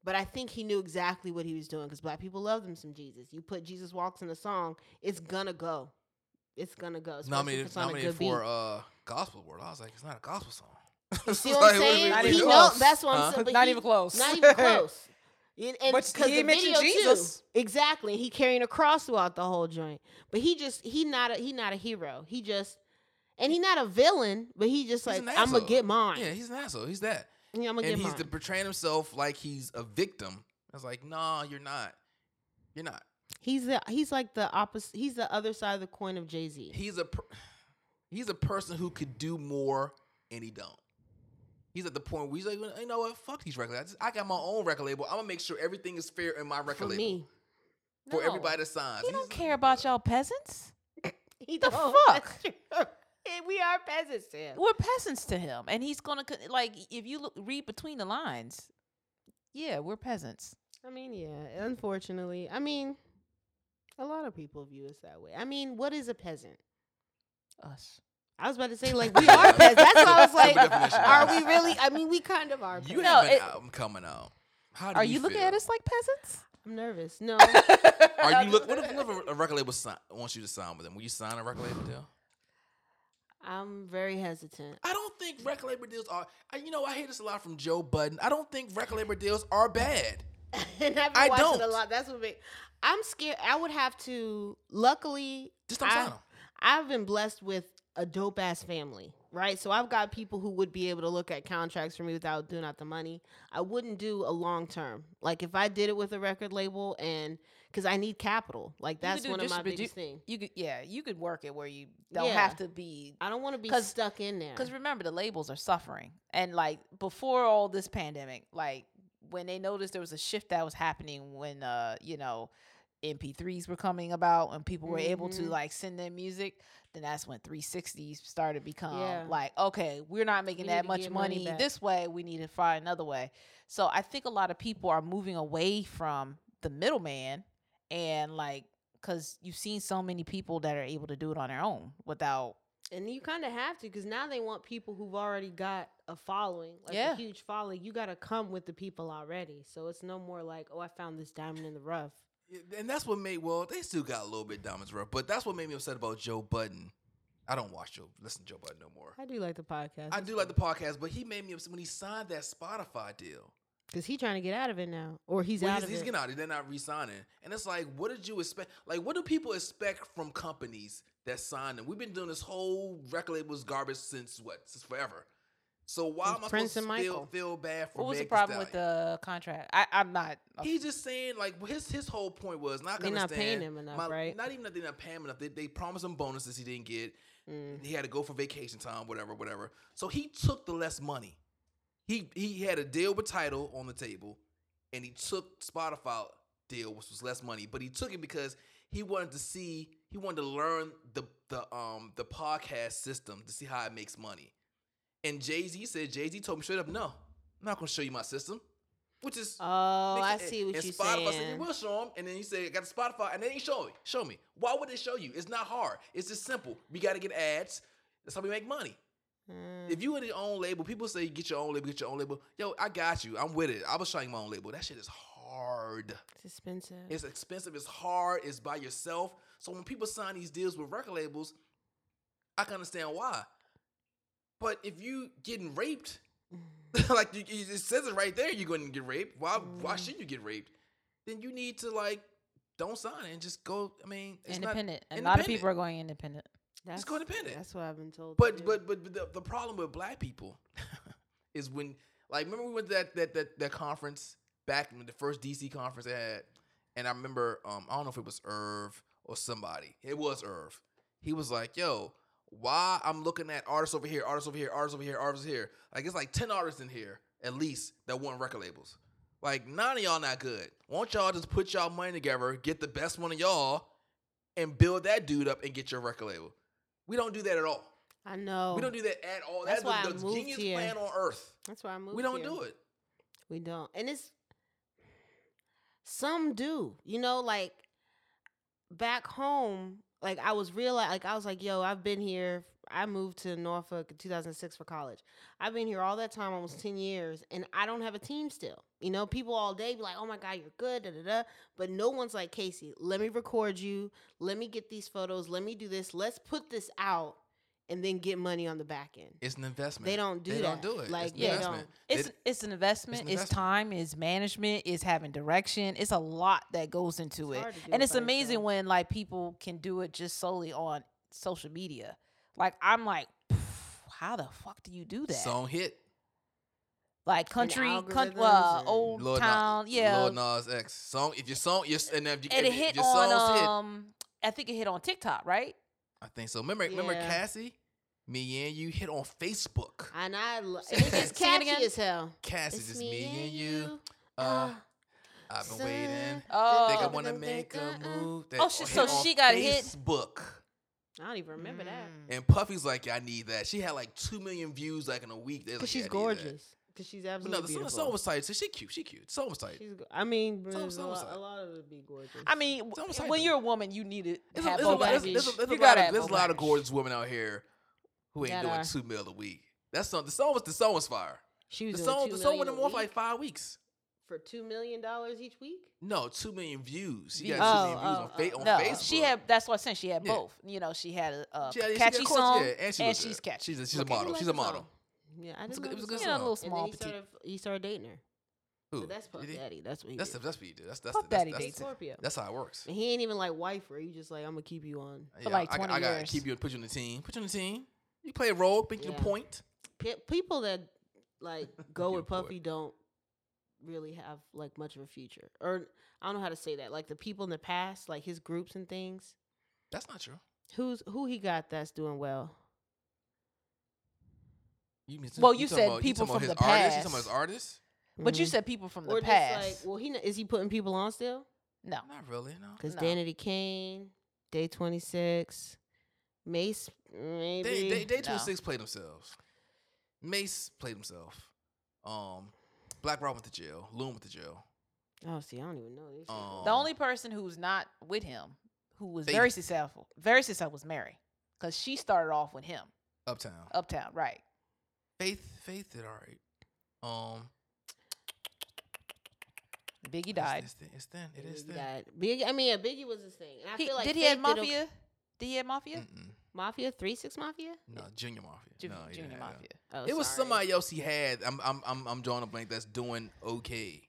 [SPEAKER 1] But I think he knew exactly what he was doing because black people love them some Jesus. You put Jesus walks in a song, it's gonna go. It's gonna go. especially if
[SPEAKER 2] nominated,
[SPEAKER 1] it's on a
[SPEAKER 2] nominated
[SPEAKER 1] good
[SPEAKER 2] for
[SPEAKER 1] beat.
[SPEAKER 2] uh gospel award. I was like, it's not a gospel song. You
[SPEAKER 1] See what I'm saying?
[SPEAKER 3] Not
[SPEAKER 1] he
[SPEAKER 3] even
[SPEAKER 1] know,
[SPEAKER 3] close.
[SPEAKER 1] that's what I'm
[SPEAKER 2] Huh?
[SPEAKER 1] saying. but
[SPEAKER 3] Not
[SPEAKER 1] he-
[SPEAKER 3] even close.
[SPEAKER 1] Not even close. And, and
[SPEAKER 3] But
[SPEAKER 1] 'cause
[SPEAKER 3] he
[SPEAKER 1] the
[SPEAKER 3] mentioned
[SPEAKER 1] video
[SPEAKER 3] Jesus.
[SPEAKER 1] Too. Exactly. He carrying a cross throughout the whole joint. But he just he not a he not a hero. He just and he not a villain, but he just like
[SPEAKER 2] an
[SPEAKER 1] I'm gonna
[SPEAKER 2] asshole.
[SPEAKER 1] get mine.
[SPEAKER 2] Yeah, he's an asshole. He's that,
[SPEAKER 1] Yeah, I'm gonna get
[SPEAKER 2] and he's
[SPEAKER 1] mine.
[SPEAKER 2] the, portraying himself like he's a victim. I was like, nah, you're not. You're not.
[SPEAKER 1] he's the he's like the opposite he's the other side of the coin of Jay-Z.
[SPEAKER 2] He's a per- he's a person who could do more, and he don't. He's at the point where he's like, you know what? Fuck these record labels. I got my own record label. I'm gonna make sure everything is fair in my record
[SPEAKER 1] For
[SPEAKER 2] label
[SPEAKER 1] me.
[SPEAKER 2] for
[SPEAKER 3] No.
[SPEAKER 2] everybody to sign.
[SPEAKER 3] He
[SPEAKER 2] He's
[SPEAKER 3] don't
[SPEAKER 2] like,
[SPEAKER 3] care about y'all peasants.
[SPEAKER 1] He
[SPEAKER 3] The
[SPEAKER 1] don't.
[SPEAKER 3] fuck?
[SPEAKER 1] That's true. And we are peasants to him.
[SPEAKER 3] We're peasants to him, and he's gonna co- like if you look, read between the lines. Yeah, we're peasants.
[SPEAKER 1] I mean, yeah, unfortunately. I mean, a lot of people view us that way. I mean, what is a peasant?
[SPEAKER 3] Us.
[SPEAKER 1] I was about to say, like, we are peasants. That's why I was like,
[SPEAKER 2] Simple definition,
[SPEAKER 1] are
[SPEAKER 2] guys.
[SPEAKER 1] we really? I mean, we kind of are.
[SPEAKER 2] You
[SPEAKER 1] peasants.
[SPEAKER 3] No,
[SPEAKER 2] have an
[SPEAKER 3] it-
[SPEAKER 2] album coming out. How do
[SPEAKER 3] Are you looking
[SPEAKER 2] feel?
[SPEAKER 3] at us like peasants?
[SPEAKER 1] I'm nervous. No.
[SPEAKER 2] Are you look? What if, what if a record label sign, wants you to sign with them? Will you sign a record label deal?
[SPEAKER 1] I'm very hesitant.
[SPEAKER 2] I don't think record label deals are. I, you know, I hear this a lot from Joe Budden. I don't think record label deals are bad.
[SPEAKER 1] and I've been
[SPEAKER 2] I
[SPEAKER 1] watching a
[SPEAKER 2] don't.
[SPEAKER 1] lot. That's what make, I'm scared. I would have to, luckily,
[SPEAKER 2] Just don't
[SPEAKER 1] I,
[SPEAKER 2] sign 'em.
[SPEAKER 1] I've been blessed with a dope ass family, right? So I've got people who would be able to look at contracts for me without doing out the money. I wouldn't do a long term. Like if I did it with a record label and because I need capital, like
[SPEAKER 3] You could
[SPEAKER 1] that's
[SPEAKER 3] do
[SPEAKER 1] one of my
[SPEAKER 3] distribu-
[SPEAKER 1] biggest things.
[SPEAKER 3] You could, yeah, you could work it where you don't
[SPEAKER 1] Yeah.
[SPEAKER 3] have to be.
[SPEAKER 1] I don't want to be
[SPEAKER 3] 'Cause-
[SPEAKER 1] stuck in there.
[SPEAKER 3] Because remember, the labels are suffering, and like before all this pandemic, like when they noticed there was a shift that was happening when uh you know MP3s were coming about and people were able to
[SPEAKER 1] Mhm.
[SPEAKER 3] like send their music, then that's when 360s started to become
[SPEAKER 1] Yeah.
[SPEAKER 3] like okay, we're not making
[SPEAKER 1] We need
[SPEAKER 3] that
[SPEAKER 1] to
[SPEAKER 3] much
[SPEAKER 1] get money
[SPEAKER 3] money
[SPEAKER 1] back.
[SPEAKER 3] this way. We need to find another way. So I think a lot of people are moving away from the middleman and like because you've seen so many people that are able to do it on their own without
[SPEAKER 1] and you kind of have to because now they want people who've already got a following, like
[SPEAKER 3] Yeah.
[SPEAKER 1] a huge following. You got to come with the people already. So it's no more like, oh, I found this diamond in the rough.
[SPEAKER 2] And that's what made. Well, they still got a little bit diamonds rough, but that's what made me upset about Joe Budden. I don't watch Joe. Listen, to Joe Budden no more.
[SPEAKER 1] I do like the podcast.
[SPEAKER 2] I do like the podcast, but he made me upset when he signed that Spotify deal.
[SPEAKER 1] Cause he trying to get out of it now, or he's
[SPEAKER 2] Well,
[SPEAKER 1] out
[SPEAKER 2] he's,
[SPEAKER 1] of
[SPEAKER 2] he's
[SPEAKER 1] it.
[SPEAKER 2] getting out. They're not re-signing, and it's like, what did you expect? Like, what do people expect from companies that sign them? We've been doing this whole record label's garbage since what? Since forever. So why
[SPEAKER 1] Since
[SPEAKER 2] am I
[SPEAKER 1] Prince
[SPEAKER 2] supposed
[SPEAKER 1] and
[SPEAKER 2] to feel,
[SPEAKER 1] Michael.
[SPEAKER 2] feel bad for
[SPEAKER 3] What was the
[SPEAKER 2] Meg Thee
[SPEAKER 3] problem with
[SPEAKER 2] Stallion?
[SPEAKER 3] the contract? I, I'm not. a-
[SPEAKER 2] He's just saying like his his whole point was not
[SPEAKER 1] uh, They
[SPEAKER 2] gonna
[SPEAKER 1] not paying
[SPEAKER 2] stand-
[SPEAKER 1] him enough,
[SPEAKER 2] my-
[SPEAKER 1] right?
[SPEAKER 2] Not even that they not paying him enough. They, they promised him bonuses he didn't get.
[SPEAKER 1] Mm.
[SPEAKER 2] He had to go for vacation time, whatever, whatever. So he took the less money. He he had a deal with title on the table, and he took Spotify deal, which was less money, but he took it because he wanted to see he wanted to learn the the um the podcast system to see how it makes money. And Jay Z said Jay Z told me straight up, no, I'm not gonna show you my system, which is
[SPEAKER 1] Oh,
[SPEAKER 2] Makes
[SPEAKER 1] I
[SPEAKER 2] it- and-
[SPEAKER 1] see what
[SPEAKER 2] eh, and
[SPEAKER 1] you're
[SPEAKER 2] Spotify
[SPEAKER 1] saying.
[SPEAKER 2] said you will show them, and then you say got the Spotify, and they ain't show me. Show me. Why would they show you? It's not hard. It's just simple. We got to get ads. That's how we make money.
[SPEAKER 1] Mm.
[SPEAKER 2] If you in your own label, people say get your own label, get your own label. Yo, I got you. I'm with it. I was showing my own label. That shit is hard.
[SPEAKER 1] It's expensive.
[SPEAKER 2] It's expensive. It's hard. It's by yourself. So when people sign these deals with record labels, I can understand why. But if you getting raped,
[SPEAKER 1] Mm.
[SPEAKER 2] like you, you- it says it right there, you're going to get raped. Why? Why should you get raped? Then you need to like don't sign it and just go. I mean, it's not-
[SPEAKER 3] independent. and a lot of
[SPEAKER 2] independent.
[SPEAKER 3] people are going independent.
[SPEAKER 1] That's,
[SPEAKER 2] codependent.
[SPEAKER 1] That's what I've been told. to do.
[SPEAKER 2] But but but the, the problem with black people is when like remember we went to that that that, that conference back in the first DC conference they had, and I remember um I don't know if it was Irv or somebody. It was Irv. He was like, "Yo, why I'm looking at artists over here, artists over here, artists over here, artists here. Like it's like ten artists in here at least that want record labels. Like none of y'all not good. Why don't y'all just put y'all money together, get the best one of y'all, and build that dude up and get your record label. We don't do that at all.
[SPEAKER 1] I know.
[SPEAKER 2] We don't do that at all.
[SPEAKER 1] That's
[SPEAKER 2] That's,
[SPEAKER 1] why I
[SPEAKER 2] the, the
[SPEAKER 1] moved
[SPEAKER 2] genius
[SPEAKER 1] here.
[SPEAKER 2] plan on earth.
[SPEAKER 1] That's why I moved.
[SPEAKER 2] we don't
[SPEAKER 1] here.
[SPEAKER 2] do it.
[SPEAKER 1] We don't. And it's some do. You know, like back home, like I was real like I was like, yo, I've been here. I moved to Norfolk in 2006 for college. I've been here all that time, almost 10 years, and I don't have a team still. You know, people all day be like, oh my God, you're good, da da da. But no one's like, Casey, let me record you. Let me get these photos. Let me do this. Let's put this out and then get money on the back end.
[SPEAKER 2] It's an investment.
[SPEAKER 1] They don't do
[SPEAKER 2] they
[SPEAKER 1] that.
[SPEAKER 2] Don't do it.
[SPEAKER 1] Like,
[SPEAKER 2] it's an
[SPEAKER 3] yeah, they
[SPEAKER 2] investment.
[SPEAKER 3] It's
[SPEAKER 2] They-
[SPEAKER 3] it's an investment. It's,
[SPEAKER 2] investment.
[SPEAKER 3] time. It's management. It's having direction. It's a lot that goes into
[SPEAKER 1] It's
[SPEAKER 3] it,
[SPEAKER 1] hard to do
[SPEAKER 3] and
[SPEAKER 1] it
[SPEAKER 3] it's
[SPEAKER 1] by
[SPEAKER 3] amazing
[SPEAKER 1] yourself.
[SPEAKER 3] when like people can do it just solely on social media. Like I'm like, how the fuck do you do that?
[SPEAKER 2] song hit.
[SPEAKER 3] like country, coun-
[SPEAKER 1] algorithms
[SPEAKER 3] well,
[SPEAKER 1] and-
[SPEAKER 3] old
[SPEAKER 2] Lil Nas-
[SPEAKER 3] town, yeah.
[SPEAKER 2] Lil Nas X song. If your song, your, and if, you,
[SPEAKER 3] and
[SPEAKER 2] if,
[SPEAKER 3] it hit
[SPEAKER 2] if your songs
[SPEAKER 3] on um, I think it hit on TikTok, right?
[SPEAKER 2] hit, I think so. Remember, remember
[SPEAKER 1] Yeah.
[SPEAKER 2] Cassie, me and you hit on Facebook.
[SPEAKER 1] And I, lo-
[SPEAKER 3] Sing it
[SPEAKER 1] it's just
[SPEAKER 3] again. Sing it
[SPEAKER 1] catchy
[SPEAKER 3] again.
[SPEAKER 1] as hell.
[SPEAKER 2] Cassie, just me, and you. Uh,
[SPEAKER 1] Ah,
[SPEAKER 2] I've been
[SPEAKER 1] son.
[SPEAKER 2] waiting.
[SPEAKER 3] Oh.
[SPEAKER 2] Think I
[SPEAKER 3] Uh,
[SPEAKER 2] wanna make a move. That
[SPEAKER 3] Oh, shit,
[SPEAKER 2] hit
[SPEAKER 3] so
[SPEAKER 2] on
[SPEAKER 3] she got hit.
[SPEAKER 2] Facebook.
[SPEAKER 1] I don't even remember
[SPEAKER 3] Mm.
[SPEAKER 1] that.
[SPEAKER 2] And Puffy's like, yeah, I need that. She had like two million views like in a week. They was
[SPEAKER 1] Because she's
[SPEAKER 2] like, yeah, I need that.
[SPEAKER 1] gorgeous. Because she's
[SPEAKER 2] But no,
[SPEAKER 1] absolutely
[SPEAKER 2] the song, the
[SPEAKER 1] beautiful.
[SPEAKER 2] song was tight. So she cute. She cute. The song was tight.
[SPEAKER 1] she's, go- I mean,
[SPEAKER 2] Some-
[SPEAKER 1] there's a,
[SPEAKER 2] some
[SPEAKER 1] lot,
[SPEAKER 2] side.
[SPEAKER 1] a lot of it be gorgeous.
[SPEAKER 3] I mean,
[SPEAKER 2] It's
[SPEAKER 3] w-
[SPEAKER 2] almost like
[SPEAKER 3] when
[SPEAKER 2] that.
[SPEAKER 3] you're a woman, you need it.
[SPEAKER 2] There's a,
[SPEAKER 3] have
[SPEAKER 2] there's a
[SPEAKER 3] both
[SPEAKER 2] lot, there's,
[SPEAKER 3] baggage.
[SPEAKER 2] there's a, there's a
[SPEAKER 3] You
[SPEAKER 2] lot
[SPEAKER 3] gotta
[SPEAKER 2] of
[SPEAKER 3] have
[SPEAKER 2] there's a
[SPEAKER 3] both
[SPEAKER 2] lot of
[SPEAKER 3] baggage.
[SPEAKER 2] gorgeous women out here who ain't
[SPEAKER 1] That
[SPEAKER 2] doing
[SPEAKER 1] are.
[SPEAKER 2] two mil a week. That's not the song was the song was fire.
[SPEAKER 1] she
[SPEAKER 2] The
[SPEAKER 1] was
[SPEAKER 2] song
[SPEAKER 1] doing
[SPEAKER 2] the
[SPEAKER 1] two
[SPEAKER 2] song
[SPEAKER 1] million
[SPEAKER 2] went
[SPEAKER 1] a
[SPEAKER 2] on for like
[SPEAKER 1] week
[SPEAKER 2] five weeks.
[SPEAKER 1] for two million dollars each week.
[SPEAKER 2] No, two million views. She
[SPEAKER 3] Views.
[SPEAKER 2] got two million
[SPEAKER 1] Oh, oh,
[SPEAKER 2] views
[SPEAKER 1] oh.
[SPEAKER 2] on, fa-
[SPEAKER 3] no,
[SPEAKER 2] on Facebook.
[SPEAKER 3] she had. That's what I said. She had
[SPEAKER 2] Yeah.
[SPEAKER 3] both. You know, she had a, a
[SPEAKER 2] She had- she got-
[SPEAKER 3] catchy
[SPEAKER 2] of course,
[SPEAKER 3] song,
[SPEAKER 2] yeah, and, she was
[SPEAKER 3] she's
[SPEAKER 2] good.
[SPEAKER 3] catchy.
[SPEAKER 2] She's a, she's a
[SPEAKER 1] Okay, I
[SPEAKER 2] model.
[SPEAKER 1] like
[SPEAKER 2] She's a
[SPEAKER 1] the song.
[SPEAKER 2] model.
[SPEAKER 1] Yeah, I
[SPEAKER 2] It's
[SPEAKER 1] didn't
[SPEAKER 2] a good- it was a good
[SPEAKER 3] You know, a
[SPEAKER 2] song.
[SPEAKER 3] little
[SPEAKER 1] And
[SPEAKER 3] small
[SPEAKER 1] then he
[SPEAKER 3] petite.
[SPEAKER 1] started, he started dating her.
[SPEAKER 2] Ooh,
[SPEAKER 1] But that's Puff
[SPEAKER 2] did he-
[SPEAKER 1] Daddy. That's what he
[SPEAKER 2] That's
[SPEAKER 1] did.
[SPEAKER 2] that's what you do. That's that's
[SPEAKER 3] Puff
[SPEAKER 2] that's,
[SPEAKER 3] Daddy
[SPEAKER 2] that's,
[SPEAKER 3] dates
[SPEAKER 2] that's,
[SPEAKER 1] Scorpio.
[SPEAKER 2] that's how it works.
[SPEAKER 1] And he ain't even like wife her. He just like, I'm gonna keep you on.
[SPEAKER 2] Yeah,
[SPEAKER 3] like
[SPEAKER 2] I,
[SPEAKER 3] 20
[SPEAKER 2] I, I gotta
[SPEAKER 3] years.
[SPEAKER 2] keep you and put you on the team. Put you on the team. You play a role, make you
[SPEAKER 1] Yeah.
[SPEAKER 2] a point.
[SPEAKER 1] Pe- people that like go
[SPEAKER 2] You
[SPEAKER 1] with
[SPEAKER 2] poet.
[SPEAKER 1] Puffy don't really have like much of a future. Or I don't know how to say that. Like the people in the past, like his groups and things.
[SPEAKER 2] That's not true.
[SPEAKER 1] Who's who he got that's doing well?
[SPEAKER 2] You, mean-
[SPEAKER 3] Well, you
[SPEAKER 2] talking
[SPEAKER 3] said
[SPEAKER 2] about-
[SPEAKER 3] people
[SPEAKER 2] talking about his
[SPEAKER 3] from the
[SPEAKER 2] artists? You talking about
[SPEAKER 3] past.
[SPEAKER 2] his artists?
[SPEAKER 3] But
[SPEAKER 2] Mm-hmm.
[SPEAKER 3] you
[SPEAKER 1] Mhm.
[SPEAKER 3] said people from the
[SPEAKER 1] or
[SPEAKER 3] past.
[SPEAKER 1] just like, well, he kn- is he putting people on still?
[SPEAKER 3] no,
[SPEAKER 2] Not really. No.
[SPEAKER 1] Because
[SPEAKER 3] No.
[SPEAKER 1] Danity Kane, Day Twenty Six, Mace, maybe.
[SPEAKER 2] They they, they
[SPEAKER 3] No.
[SPEAKER 2] 26 played themselves. Mace played himself. Um, Black Rob went to jail. Loon went to jail.
[SPEAKER 1] oh, see, I don't even know. these people.
[SPEAKER 2] Um,
[SPEAKER 3] the only person who's not with him, who was
[SPEAKER 2] They-
[SPEAKER 3] very successful, very successful, was Mary, because she started off with him,
[SPEAKER 2] Uptown.
[SPEAKER 3] Uptown, right?
[SPEAKER 2] Faith Faith did all right. Um,
[SPEAKER 3] Biggie
[SPEAKER 2] it's-
[SPEAKER 3] died.
[SPEAKER 2] It's, thin, it's thin. It is
[SPEAKER 1] Biggie
[SPEAKER 2] thin.
[SPEAKER 1] died. Biggie, I mean, yeah, Biggie was his thing, and I
[SPEAKER 3] He,
[SPEAKER 1] feel like
[SPEAKER 3] did he have
[SPEAKER 1] Faith did a-
[SPEAKER 3] mafia? Did he have mafia?
[SPEAKER 2] Mm-mm.
[SPEAKER 1] Mafia three six Mafia.
[SPEAKER 2] No, Junior Mafia.
[SPEAKER 3] Ju-
[SPEAKER 2] Mm. no,
[SPEAKER 3] Junior
[SPEAKER 2] yeah.
[SPEAKER 3] Mafia.
[SPEAKER 1] Oh,
[SPEAKER 2] It was
[SPEAKER 1] sorry.
[SPEAKER 2] somebody else he had. I'm I'm I'm, I'm drawing a blank. That's doing okay.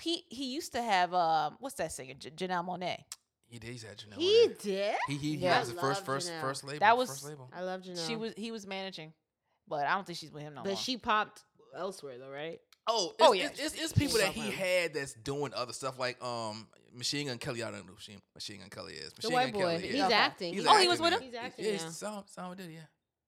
[SPEAKER 3] He he used to have um what's that singer J- Janelle Monet.
[SPEAKER 2] He did. He's had Janelle.
[SPEAKER 1] He
[SPEAKER 2] on there.
[SPEAKER 1] did.
[SPEAKER 2] He he, he
[SPEAKER 3] Yeah.
[SPEAKER 2] was
[SPEAKER 1] I
[SPEAKER 2] the first
[SPEAKER 1] love
[SPEAKER 2] first
[SPEAKER 1] Janelle.
[SPEAKER 2] first label.
[SPEAKER 3] That
[SPEAKER 2] first
[SPEAKER 3] was-
[SPEAKER 2] label.
[SPEAKER 1] I love Janelle.
[SPEAKER 3] She was he was managing, but I don't think she's with him no more.
[SPEAKER 1] but she popped elsewhere though, right?
[SPEAKER 2] Oh, it's,
[SPEAKER 3] Oh,
[SPEAKER 2] it's,
[SPEAKER 3] yeah.
[SPEAKER 2] it's, it's people that he
[SPEAKER 1] Somewhere.
[SPEAKER 2] had that's doing other stuff like um Machine Gun Kelly. I don't know who Machine, Machine Gun Kelly is. Machine
[SPEAKER 1] white
[SPEAKER 2] Gun
[SPEAKER 1] boy.
[SPEAKER 2] Kelly.
[SPEAKER 1] He's
[SPEAKER 2] yeah.
[SPEAKER 1] acting.
[SPEAKER 2] He's
[SPEAKER 3] Oh, he was
[SPEAKER 2] acting now.
[SPEAKER 3] with
[SPEAKER 1] He's acting
[SPEAKER 2] Yeah,
[SPEAKER 1] now.
[SPEAKER 2] it's Sam Sam did. Yeah,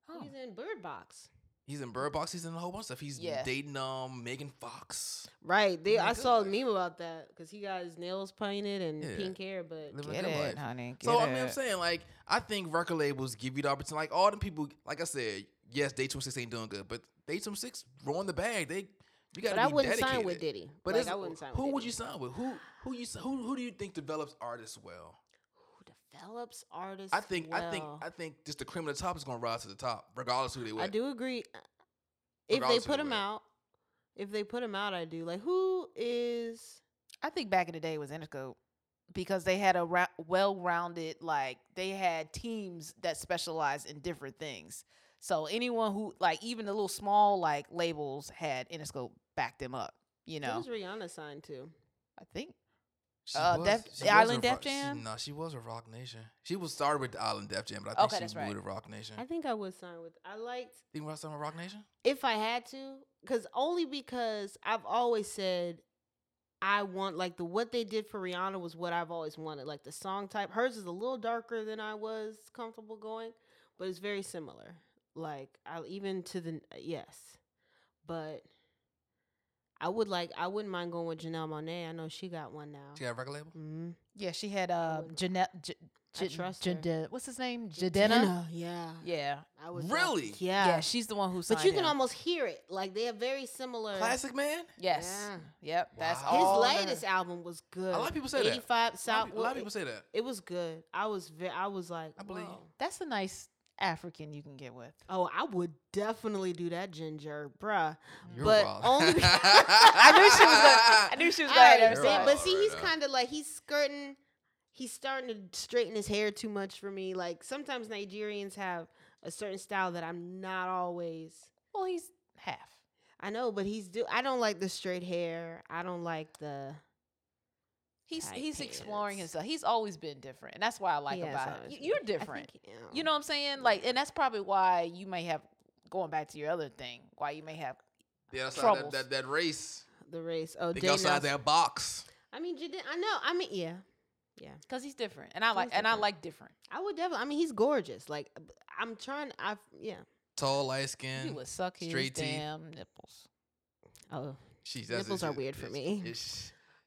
[SPEAKER 3] Oh.
[SPEAKER 1] He's in Bird Box.
[SPEAKER 2] he's in Bird Box. He's in a whole bunch of stuff. He's
[SPEAKER 3] Yeah.
[SPEAKER 2] dating um Megan Fox.
[SPEAKER 1] Right. They,
[SPEAKER 2] Yeah,
[SPEAKER 1] I
[SPEAKER 2] good
[SPEAKER 1] saw a
[SPEAKER 2] life.
[SPEAKER 1] meme about that because he got his nails painted and
[SPEAKER 2] Yeah.
[SPEAKER 1] pink hair, but
[SPEAKER 2] Living a
[SPEAKER 3] get
[SPEAKER 2] good
[SPEAKER 3] it,
[SPEAKER 2] life.
[SPEAKER 3] honey. Get
[SPEAKER 2] So I
[SPEAKER 3] it.
[SPEAKER 2] mean, I'm saying like I think record labels give you the opportunity. Like all the people, like I said, yes, Day 26 ain't doing good, but Day 26 rolling the bag. They you
[SPEAKER 1] but
[SPEAKER 2] got to be
[SPEAKER 1] I wouldn't
[SPEAKER 2] dedicated.
[SPEAKER 1] sign with Diddy.
[SPEAKER 2] But
[SPEAKER 1] Like,
[SPEAKER 2] it's-
[SPEAKER 1] I wouldn't sign.
[SPEAKER 2] who
[SPEAKER 1] with
[SPEAKER 2] would
[SPEAKER 1] Diddy.
[SPEAKER 2] you sign with? Who who you s- who who do you think develops artists well?
[SPEAKER 1] Who develops artists?
[SPEAKER 2] I think I think
[SPEAKER 1] well?
[SPEAKER 2] I think just the cream of the top is gonna rise to the top, regardless who they were.
[SPEAKER 1] I do agree. uh, If they
[SPEAKER 2] Regardless
[SPEAKER 1] put
[SPEAKER 2] of
[SPEAKER 1] him
[SPEAKER 2] what.
[SPEAKER 1] out, if they put him out, I do. Like who is?
[SPEAKER 3] I think back in the day it was Interscope because they had a ra- well-rounded like they had teams that specialized in different things. So anyone who like even the little small like labels had Interscope back them up. You
[SPEAKER 1] Who
[SPEAKER 3] know,
[SPEAKER 1] was Rihanna signed to?
[SPEAKER 3] I think
[SPEAKER 2] She
[SPEAKER 3] Uh,
[SPEAKER 2] was-
[SPEAKER 3] Def-
[SPEAKER 2] she
[SPEAKER 3] the
[SPEAKER 2] was
[SPEAKER 3] Island
[SPEAKER 2] a
[SPEAKER 3] Def
[SPEAKER 2] Rock- she-
[SPEAKER 3] Jam?
[SPEAKER 2] no, she was a Rock Nation. She was started with the Island Def Jam, but I think
[SPEAKER 3] Okay,
[SPEAKER 2] she
[SPEAKER 3] that's
[SPEAKER 2] moved
[SPEAKER 3] right.
[SPEAKER 2] to Rock Nation.
[SPEAKER 1] I think I would sign with. I liked
[SPEAKER 2] think we're starting with Rock Nation.
[SPEAKER 1] if I had to, because only because I've always said I want like the what they did for Rihanna was what I've always wanted. Like the song type, hers is a little darker than I was comfortable going, but it's very similar. Like I even to the uh, yes, but I would like I wouldn't mind going with Janelle Monet. I know she got one now.
[SPEAKER 2] She got a record label.
[SPEAKER 1] Mm-hmm.
[SPEAKER 3] yeah, she had um
[SPEAKER 1] would-
[SPEAKER 3] Janelle. J-
[SPEAKER 1] I
[SPEAKER 3] J-
[SPEAKER 1] trust her.
[SPEAKER 3] Jade- what's his name? Jadena.
[SPEAKER 1] yeah,
[SPEAKER 3] Yeah,
[SPEAKER 1] I would
[SPEAKER 2] Really?
[SPEAKER 1] yeah.
[SPEAKER 3] yeah, she's the one who signed
[SPEAKER 1] but you can
[SPEAKER 3] him.
[SPEAKER 1] almost hear it. Like they are very
[SPEAKER 3] Uh,
[SPEAKER 1] similar.
[SPEAKER 2] Classic man.
[SPEAKER 3] Yes.
[SPEAKER 1] Yeah.
[SPEAKER 3] Yep. That's
[SPEAKER 2] Wow.
[SPEAKER 1] His
[SPEAKER 3] all. that-
[SPEAKER 1] latest album was good.
[SPEAKER 2] lot of people say that.
[SPEAKER 1] 85
[SPEAKER 2] A lot of
[SPEAKER 1] South.
[SPEAKER 2] peop- a lot of
[SPEAKER 1] well,
[SPEAKER 2] people say that.
[SPEAKER 1] it, it was good. I was ve- I was like,
[SPEAKER 2] I believe you.
[SPEAKER 1] "Whoa."
[SPEAKER 3] That's a nice African you can get with.
[SPEAKER 1] Oh, I would definitely do that, Ginger, bruh.
[SPEAKER 2] You're
[SPEAKER 1] But
[SPEAKER 2] wild.
[SPEAKER 1] only because-
[SPEAKER 3] I knew she was. Gonna, I knew she was
[SPEAKER 1] I
[SPEAKER 3] going to
[SPEAKER 1] already said,
[SPEAKER 2] right.
[SPEAKER 1] but see,
[SPEAKER 2] Right
[SPEAKER 1] he's
[SPEAKER 2] now.
[SPEAKER 1] kind of like he's skirting. He's starting to straighten his hair too much for me. Like sometimes Nigerians have a certain style that I'm not always.
[SPEAKER 3] Well, he's half.
[SPEAKER 1] I know, but he's do. I don't like the straight hair. I don't like the.
[SPEAKER 3] He's
[SPEAKER 1] Tight
[SPEAKER 3] he's exploring
[SPEAKER 1] pants.
[SPEAKER 3] himself. He's always been different, and that's why I like
[SPEAKER 1] He has
[SPEAKER 3] about him.
[SPEAKER 1] always
[SPEAKER 3] You-
[SPEAKER 1] been-
[SPEAKER 3] You're
[SPEAKER 1] I
[SPEAKER 3] different.
[SPEAKER 1] think, yeah.
[SPEAKER 3] You know what I'm saying? Like, and that's probably why you may have going back to your other thing. Why you may have
[SPEAKER 2] Yeah, that's not that,
[SPEAKER 3] Troubles.
[SPEAKER 2] that that race.
[SPEAKER 1] the race. Oh,
[SPEAKER 2] They
[SPEAKER 1] Jay
[SPEAKER 2] got outside
[SPEAKER 1] Nelson.
[SPEAKER 2] that box.
[SPEAKER 1] I mean, Jaden. I know. I mean, yeah.
[SPEAKER 3] because he's different, and I like
[SPEAKER 1] He's
[SPEAKER 3] and I
[SPEAKER 1] different.
[SPEAKER 3] like different.
[SPEAKER 1] I would definitely. I mean, he's gorgeous. Like b- I'm trying. I yeah.
[SPEAKER 2] Tall, light
[SPEAKER 3] He
[SPEAKER 2] skin.
[SPEAKER 3] would suck his
[SPEAKER 2] straight teeth.
[SPEAKER 3] damn nipples.
[SPEAKER 1] Oh,
[SPEAKER 2] She's
[SPEAKER 1] nipples are weird for me.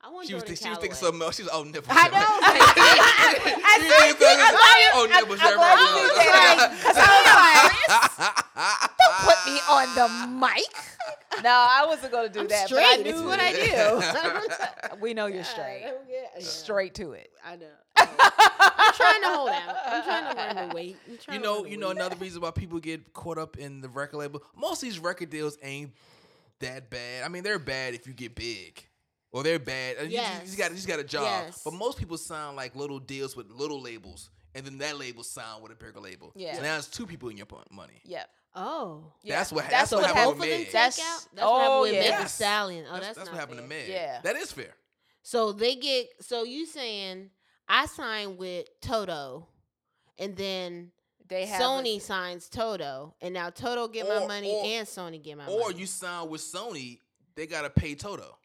[SPEAKER 1] I want.
[SPEAKER 2] She
[SPEAKER 1] Jordan
[SPEAKER 2] was, thi- she was
[SPEAKER 1] Calloway.
[SPEAKER 2] thinking something else. She was oh nipples.
[SPEAKER 1] I know. I
[SPEAKER 2] She
[SPEAKER 1] said
[SPEAKER 2] was thinking
[SPEAKER 1] that.
[SPEAKER 2] something else.
[SPEAKER 3] I'm glad
[SPEAKER 2] Oh,
[SPEAKER 3] you
[SPEAKER 2] nipples.
[SPEAKER 3] said that. 'Cause Put me on
[SPEAKER 2] I
[SPEAKER 3] the mic. No, I wasn't going to do
[SPEAKER 1] I'm
[SPEAKER 3] that.
[SPEAKER 1] straight.
[SPEAKER 3] But I knew
[SPEAKER 1] It's what I do.
[SPEAKER 3] we know you're
[SPEAKER 1] God,
[SPEAKER 3] straight.
[SPEAKER 1] I'm good. Yeah.
[SPEAKER 3] Straight to it.
[SPEAKER 1] I know. I know. I'm trying to hold out. I'm trying to learn to wait. I'm
[SPEAKER 2] You
[SPEAKER 1] trying to
[SPEAKER 2] know,
[SPEAKER 1] learn
[SPEAKER 2] you
[SPEAKER 1] to
[SPEAKER 2] know
[SPEAKER 1] wait.
[SPEAKER 2] another reason why people get caught up in the record label. Most of these record deals ain't that bad. I mean, they're bad if you get big, or they're bad. uh, You, just- you
[SPEAKER 1] Yes.
[SPEAKER 2] just got you just got a job.
[SPEAKER 1] Yes.
[SPEAKER 2] But most people sign like little deals with little labels, and then that label sign with a bigger label.
[SPEAKER 3] Yeah.
[SPEAKER 2] So now it's two people in your po- money.
[SPEAKER 3] Yep.
[SPEAKER 1] Oh.
[SPEAKER 3] Yeah.
[SPEAKER 2] That's what ha-
[SPEAKER 3] That's
[SPEAKER 2] that's what
[SPEAKER 3] what
[SPEAKER 2] happened
[SPEAKER 1] Both
[SPEAKER 2] with
[SPEAKER 1] of them
[SPEAKER 2] Meg.
[SPEAKER 1] take
[SPEAKER 3] That's-
[SPEAKER 1] out? That's
[SPEAKER 3] oh,
[SPEAKER 1] what happened with
[SPEAKER 3] yeah.
[SPEAKER 1] Megan Thee
[SPEAKER 2] Yes.
[SPEAKER 1] Stallion. Oh,
[SPEAKER 2] that's,
[SPEAKER 1] that's,
[SPEAKER 2] that's
[SPEAKER 1] not
[SPEAKER 2] what happened to
[SPEAKER 1] fair.
[SPEAKER 2] Meg.
[SPEAKER 3] Yeah.
[SPEAKER 2] That is fair.
[SPEAKER 1] So they get. So you saying I signed with Toto, and then
[SPEAKER 3] They have a-
[SPEAKER 1] Sony signs Toto, and now Toto get my
[SPEAKER 2] Or-
[SPEAKER 1] money
[SPEAKER 2] or-
[SPEAKER 1] and Sony get my money.
[SPEAKER 2] Or you sign with Sony, they gotta pay Toto.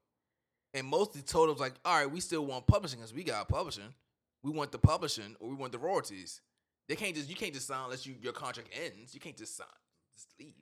[SPEAKER 2] And mostly Toto's like, all right, we still want publishing because we got publishing. We want the publishing or we want the royalties. They can't just you can't just sign unless you your contract ends. You can't just sign. Just leave.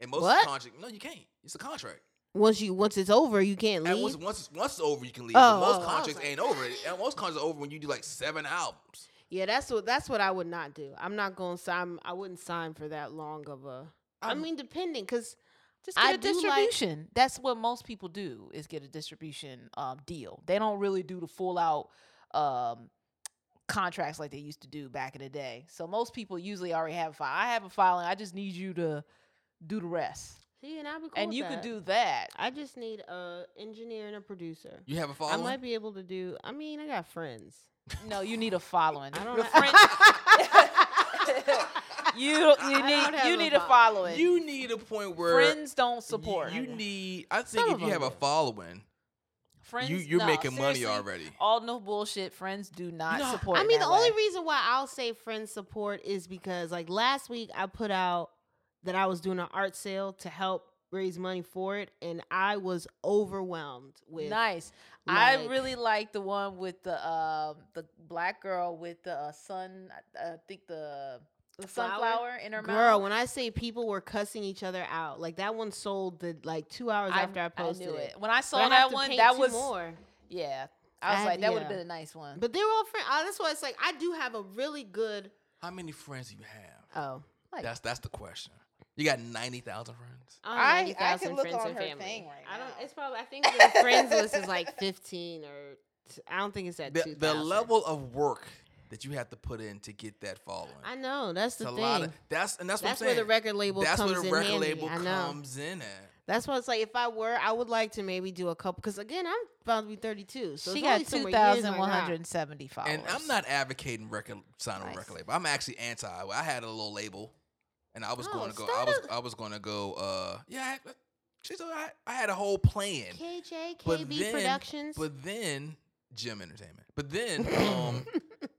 [SPEAKER 2] And most
[SPEAKER 1] What?
[SPEAKER 2] contract no, you can't. It's a contract.
[SPEAKER 1] once you once it's over, you can't
[SPEAKER 2] And
[SPEAKER 1] leave.
[SPEAKER 2] once once it's, once it's over, you can leave.
[SPEAKER 1] Oh,
[SPEAKER 2] but
[SPEAKER 1] oh, I
[SPEAKER 2] most
[SPEAKER 1] was
[SPEAKER 2] contracts
[SPEAKER 1] like,
[SPEAKER 2] ain't over. And most contracts are over when you do like seven albums.
[SPEAKER 1] yeah, that's what that's what I would not do. I'm not going to sign. I wouldn't sign for that long of a. I
[SPEAKER 2] I'm-
[SPEAKER 1] mean, depending, because
[SPEAKER 3] Just get
[SPEAKER 1] I
[SPEAKER 3] a
[SPEAKER 1] do like-
[SPEAKER 3] distribution. That's what most people do is get a distribution um, deal. They don't really do the full out um, contracts like they used to do back in the day. So most people usually already have a file. I have a filing. I just need you to do the rest,
[SPEAKER 1] see, and I would. Cool
[SPEAKER 3] and
[SPEAKER 1] with
[SPEAKER 3] you can
[SPEAKER 1] that.
[SPEAKER 3] do that.
[SPEAKER 1] I just need a engineer and a producer.
[SPEAKER 2] You have a
[SPEAKER 1] I
[SPEAKER 2] following?
[SPEAKER 1] might be able to do. I mean, I got friends.
[SPEAKER 3] No, you need a following.
[SPEAKER 1] I don't
[SPEAKER 3] Your
[SPEAKER 1] know.
[SPEAKER 3] friends- you you
[SPEAKER 1] don't
[SPEAKER 3] need
[SPEAKER 1] have
[SPEAKER 3] you
[SPEAKER 1] a
[SPEAKER 3] need to
[SPEAKER 1] following.
[SPEAKER 3] follow it.
[SPEAKER 2] You need a point where
[SPEAKER 3] Friends don't
[SPEAKER 2] you-
[SPEAKER 3] support.
[SPEAKER 2] You, need. I think
[SPEAKER 1] Some
[SPEAKER 2] if
[SPEAKER 1] of
[SPEAKER 2] you have
[SPEAKER 1] them
[SPEAKER 2] a
[SPEAKER 1] do.
[SPEAKER 2] following,
[SPEAKER 3] Friends,
[SPEAKER 2] you you're
[SPEAKER 3] no,
[SPEAKER 2] making money
[SPEAKER 3] seriously,
[SPEAKER 2] already.
[SPEAKER 1] Oh.
[SPEAKER 3] All no bullshit. Friends do not
[SPEAKER 2] No.
[SPEAKER 3] support.
[SPEAKER 1] I mean, the
[SPEAKER 3] that
[SPEAKER 1] only
[SPEAKER 3] way.
[SPEAKER 1] reason why I'll say friend support is because, like, last week I put out that I was doing an art sale to help raise money for it, and I was overwhelmed with.
[SPEAKER 3] nice. I
[SPEAKER 1] like-
[SPEAKER 3] really like the one with the um the black girl with the uh, sun. I, I think the, the
[SPEAKER 1] Flower?
[SPEAKER 3] sunflower in her
[SPEAKER 1] Girl,
[SPEAKER 3] mouth.
[SPEAKER 1] when I say people were cussing each other out, like that one sold the like two hours after I posted
[SPEAKER 3] knew
[SPEAKER 1] it.
[SPEAKER 3] When I
[SPEAKER 1] But
[SPEAKER 3] saw
[SPEAKER 1] I have
[SPEAKER 3] that
[SPEAKER 1] to
[SPEAKER 3] one,
[SPEAKER 1] paint
[SPEAKER 3] that
[SPEAKER 1] two
[SPEAKER 3] was
[SPEAKER 1] more.
[SPEAKER 3] yeah.
[SPEAKER 1] I
[SPEAKER 3] I was
[SPEAKER 1] had-
[SPEAKER 3] like, that would
[SPEAKER 1] yeah.
[SPEAKER 3] have been a nice one.
[SPEAKER 1] But they were all friends. That's why it's like I do have a really good.
[SPEAKER 2] How many friends do you have?
[SPEAKER 1] Oh,
[SPEAKER 3] Like-
[SPEAKER 2] That's that's the question. You got ninety thousand friends.
[SPEAKER 1] I, don't
[SPEAKER 3] I-
[SPEAKER 1] know,
[SPEAKER 3] I
[SPEAKER 1] 80,000
[SPEAKER 3] can look
[SPEAKER 1] friends
[SPEAKER 3] on
[SPEAKER 1] and
[SPEAKER 3] her
[SPEAKER 1] family.
[SPEAKER 3] thing right
[SPEAKER 1] I don't.
[SPEAKER 3] now.
[SPEAKER 1] It's probably. I think the friends list is like fifteen or. t- I don't think it's at
[SPEAKER 2] The,
[SPEAKER 1] two.
[SPEAKER 2] the level of work that you have to put in to get that following.
[SPEAKER 1] I know that's
[SPEAKER 2] It's
[SPEAKER 1] the
[SPEAKER 2] a
[SPEAKER 1] thing.
[SPEAKER 2] lot of that's and that's,
[SPEAKER 1] that's
[SPEAKER 2] what I'm
[SPEAKER 1] where
[SPEAKER 2] saying.
[SPEAKER 1] the record label
[SPEAKER 2] that's
[SPEAKER 1] comes
[SPEAKER 2] where the
[SPEAKER 1] in
[SPEAKER 2] record
[SPEAKER 1] handy.
[SPEAKER 2] label
[SPEAKER 1] I know.
[SPEAKER 2] comes in at.
[SPEAKER 1] That's why it's like if I were, I would like to maybe do a couple. Because again, I'm about to be 32, so it's only
[SPEAKER 3] she got
[SPEAKER 1] some more years
[SPEAKER 3] two
[SPEAKER 1] on
[SPEAKER 3] thousand one
[SPEAKER 1] her.
[SPEAKER 3] hundred and seventy followers.
[SPEAKER 2] And I'm not advocating record signing
[SPEAKER 3] Nice.
[SPEAKER 2] a record label. I'm actually anti. I had a little label, and I was
[SPEAKER 1] Oh,
[SPEAKER 2] going to go. I
[SPEAKER 1] start
[SPEAKER 2] was
[SPEAKER 1] a-
[SPEAKER 2] I was going to go. Uh, yeah, I, had- she's all right. I had a whole plan.
[SPEAKER 1] KJ
[SPEAKER 2] But
[SPEAKER 1] KB
[SPEAKER 2] then-
[SPEAKER 1] Productions.
[SPEAKER 2] But then Gym Entertainment. But then um,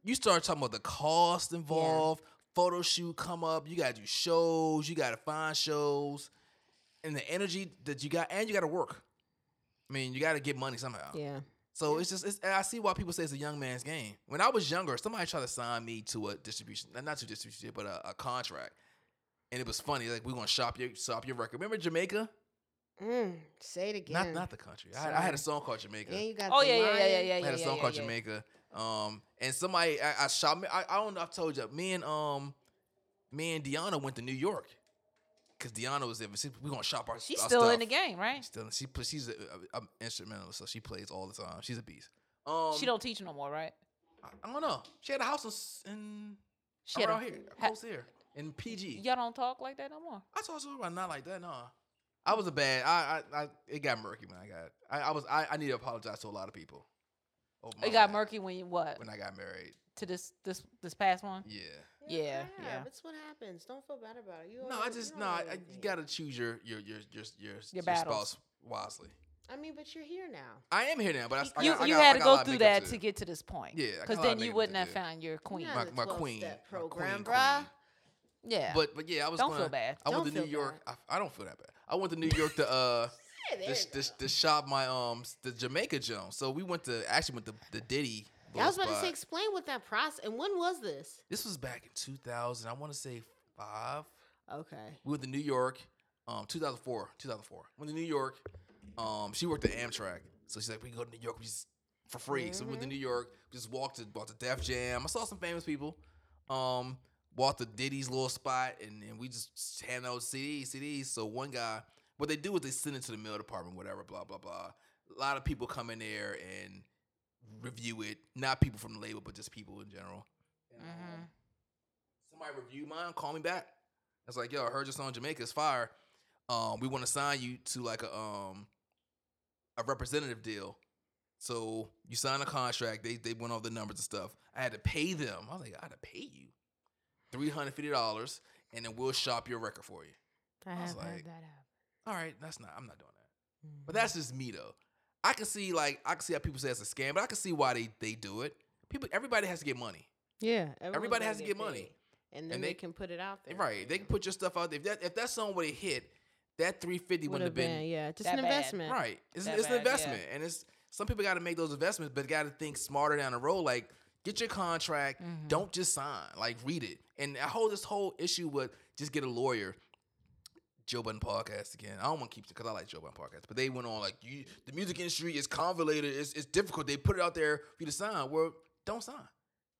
[SPEAKER 2] you start talking about the cost involved. Photo shoot come up. You gotta do shows. You gotta find shows, and the energy that you got, and you gotta work. I mean, you gotta get money somehow.
[SPEAKER 1] yeah,
[SPEAKER 2] So it's just it's, and I see why people say it's a young man's game. When I was younger, somebody tried to sign me to a distribution, not- not to distribution, but a, a contract, and it was funny. Like we want to shop your shop your record. Remember Jamaica?
[SPEAKER 1] mm, say it again.
[SPEAKER 2] Not not the country. I, I had a
[SPEAKER 1] Sorry.
[SPEAKER 2] song called Jamaica.
[SPEAKER 1] yeah, you got
[SPEAKER 3] Oh
[SPEAKER 1] the
[SPEAKER 3] yeah, yeah, yeah, yeah,
[SPEAKER 1] lion.
[SPEAKER 3] yeah.
[SPEAKER 2] I had a
[SPEAKER 3] yeah,
[SPEAKER 2] song
[SPEAKER 3] yeah,
[SPEAKER 2] called
[SPEAKER 3] yeah.
[SPEAKER 2] Jamaica. Um, and somebody I, I shot. me- I, I don't know. if I've told you. Me and um, me and Deanna went to New York because Deanna was there. But she, we gonna shop our.
[SPEAKER 3] She's
[SPEAKER 2] our
[SPEAKER 3] still in the
[SPEAKER 2] stuff.
[SPEAKER 3] game, right?
[SPEAKER 2] She's still. She pl- she's a, a, a instrumentalist, so she plays all the time. She's a beast. Um,
[SPEAKER 3] she don't teach no more, right?
[SPEAKER 2] I, I don't know. She had a house in, s- in
[SPEAKER 3] She had
[SPEAKER 2] around
[SPEAKER 3] a-
[SPEAKER 2] here,
[SPEAKER 3] ha-
[SPEAKER 2] close here, in PG.
[SPEAKER 3] Y'all don't talk like that no more.
[SPEAKER 2] I told you about not like that. No, I was a bad. I, I, I it got murky when I got. I, I was. I, I need to apologize to a lot of people. over my
[SPEAKER 3] It got
[SPEAKER 2] life
[SPEAKER 3] murky when you what
[SPEAKER 2] when I got married.
[SPEAKER 3] to this this this past one.
[SPEAKER 2] Yeah.
[SPEAKER 3] Yeah,
[SPEAKER 1] crap,
[SPEAKER 3] yeah.
[SPEAKER 1] That's what happens. Don't feel bad about it. You
[SPEAKER 2] No, I
[SPEAKER 1] already-
[SPEAKER 2] just
[SPEAKER 1] you
[SPEAKER 2] no. I,
[SPEAKER 1] already
[SPEAKER 2] I-
[SPEAKER 1] did.
[SPEAKER 2] you gotta choose your your your your your, your
[SPEAKER 3] battles.
[SPEAKER 2] spouse wisely.
[SPEAKER 1] I mean, but you're here now.
[SPEAKER 2] I am here now, but I, I
[SPEAKER 3] you
[SPEAKER 2] got- I
[SPEAKER 3] you
[SPEAKER 2] got- I
[SPEAKER 3] had to
[SPEAKER 2] got a
[SPEAKER 3] go
[SPEAKER 2] lot of
[SPEAKER 3] through
[SPEAKER 2] makeup
[SPEAKER 3] that
[SPEAKER 2] do.
[SPEAKER 3] to get to this point.
[SPEAKER 2] Yeah, I got a lot
[SPEAKER 3] because
[SPEAKER 2] of
[SPEAKER 3] then
[SPEAKER 2] makeup
[SPEAKER 3] you
[SPEAKER 2] to
[SPEAKER 3] wouldn't have
[SPEAKER 2] do.
[SPEAKER 3] found your queen.
[SPEAKER 1] Yeah,
[SPEAKER 2] my,
[SPEAKER 1] the
[SPEAKER 2] my
[SPEAKER 1] 12
[SPEAKER 2] queen,
[SPEAKER 1] step
[SPEAKER 2] my queen,
[SPEAKER 1] program,
[SPEAKER 2] queen.
[SPEAKER 1] bruh.
[SPEAKER 3] Yeah,
[SPEAKER 2] But but yeah, I was
[SPEAKER 3] Don't
[SPEAKER 2] gonna,
[SPEAKER 3] feel bad.
[SPEAKER 2] I went
[SPEAKER 1] Don't
[SPEAKER 2] to New
[SPEAKER 1] feel
[SPEAKER 2] York. I, I don't feel that bad. I went to New York to uh this this this shop my um s- the Jamaica Jones. So we went to actually went to the Diddy.
[SPEAKER 1] Yeah, I was about to
[SPEAKER 2] little
[SPEAKER 1] say,
[SPEAKER 2] spot.
[SPEAKER 1] explain what that process and when was this?
[SPEAKER 2] This was back in 2000. I want to say five.
[SPEAKER 1] Okay.
[SPEAKER 2] We went to New York, um 2004 2004. Went to New York. Um, she worked at Amtrak, so she's like, we can go to New York we just, for free. So we went to New York. We just walked to walked to Def Jam. I saw some famous people. Um, walked to Diddy's little spot, and, and we just hand out CDs, CDs. So one guy, what they do is they send it to the mail department, whatever, blah blah blah. A lot of people come in there and review it. Not people from the label, but just people in general. And, um,
[SPEAKER 3] Mhm.
[SPEAKER 2] Somebody reviewed mine, call me back. I was like, yo, I heard your song Jamaica's fire. Um, we want to sign you to like a um a representative deal. So you sign a contract. They they went over the numbers and stuff. I had to pay them. I was like, I had to pay you three hundred fifty dollars, and then we'll shop your record for you.
[SPEAKER 1] I,
[SPEAKER 2] was
[SPEAKER 1] have
[SPEAKER 2] like,
[SPEAKER 1] had that happen.
[SPEAKER 2] All right, that's not. I'm not doing that. But
[SPEAKER 3] Mm.
[SPEAKER 2] that's just me though. I can see like I can see how people say it's a scam, but I can see why they they do it. People, everybody has to get money.
[SPEAKER 1] Yeah.
[SPEAKER 2] everybody
[SPEAKER 1] gotta
[SPEAKER 2] has to get money.
[SPEAKER 1] paid. And then
[SPEAKER 2] And
[SPEAKER 1] they,
[SPEAKER 2] they-
[SPEAKER 1] can put it out there.
[SPEAKER 2] Right? They can put your stuff out there. If that if that song would have hit, that three fifty
[SPEAKER 1] would
[SPEAKER 2] wouldn't
[SPEAKER 1] have
[SPEAKER 2] have been,
[SPEAKER 1] been, yeah, just
[SPEAKER 3] That
[SPEAKER 1] an
[SPEAKER 3] bad.
[SPEAKER 1] investment.
[SPEAKER 2] Right. It's,
[SPEAKER 3] That
[SPEAKER 2] it's an
[SPEAKER 3] bad, yeah.
[SPEAKER 2] investment. And it's some people got to make those investments, but got to think smarter down the road. Like, get your contract.
[SPEAKER 3] Mm-hmm.
[SPEAKER 2] Don't just sign. Like, read it. And I hold this whole issue with just get a lawyer. Joe Budden podcast again. I don't want to keep it because I like Joe Budden podcast, but they went on like you, the music industry is convoluted. It's, it's difficult. They put it out there for you to sign. Well, don't sign.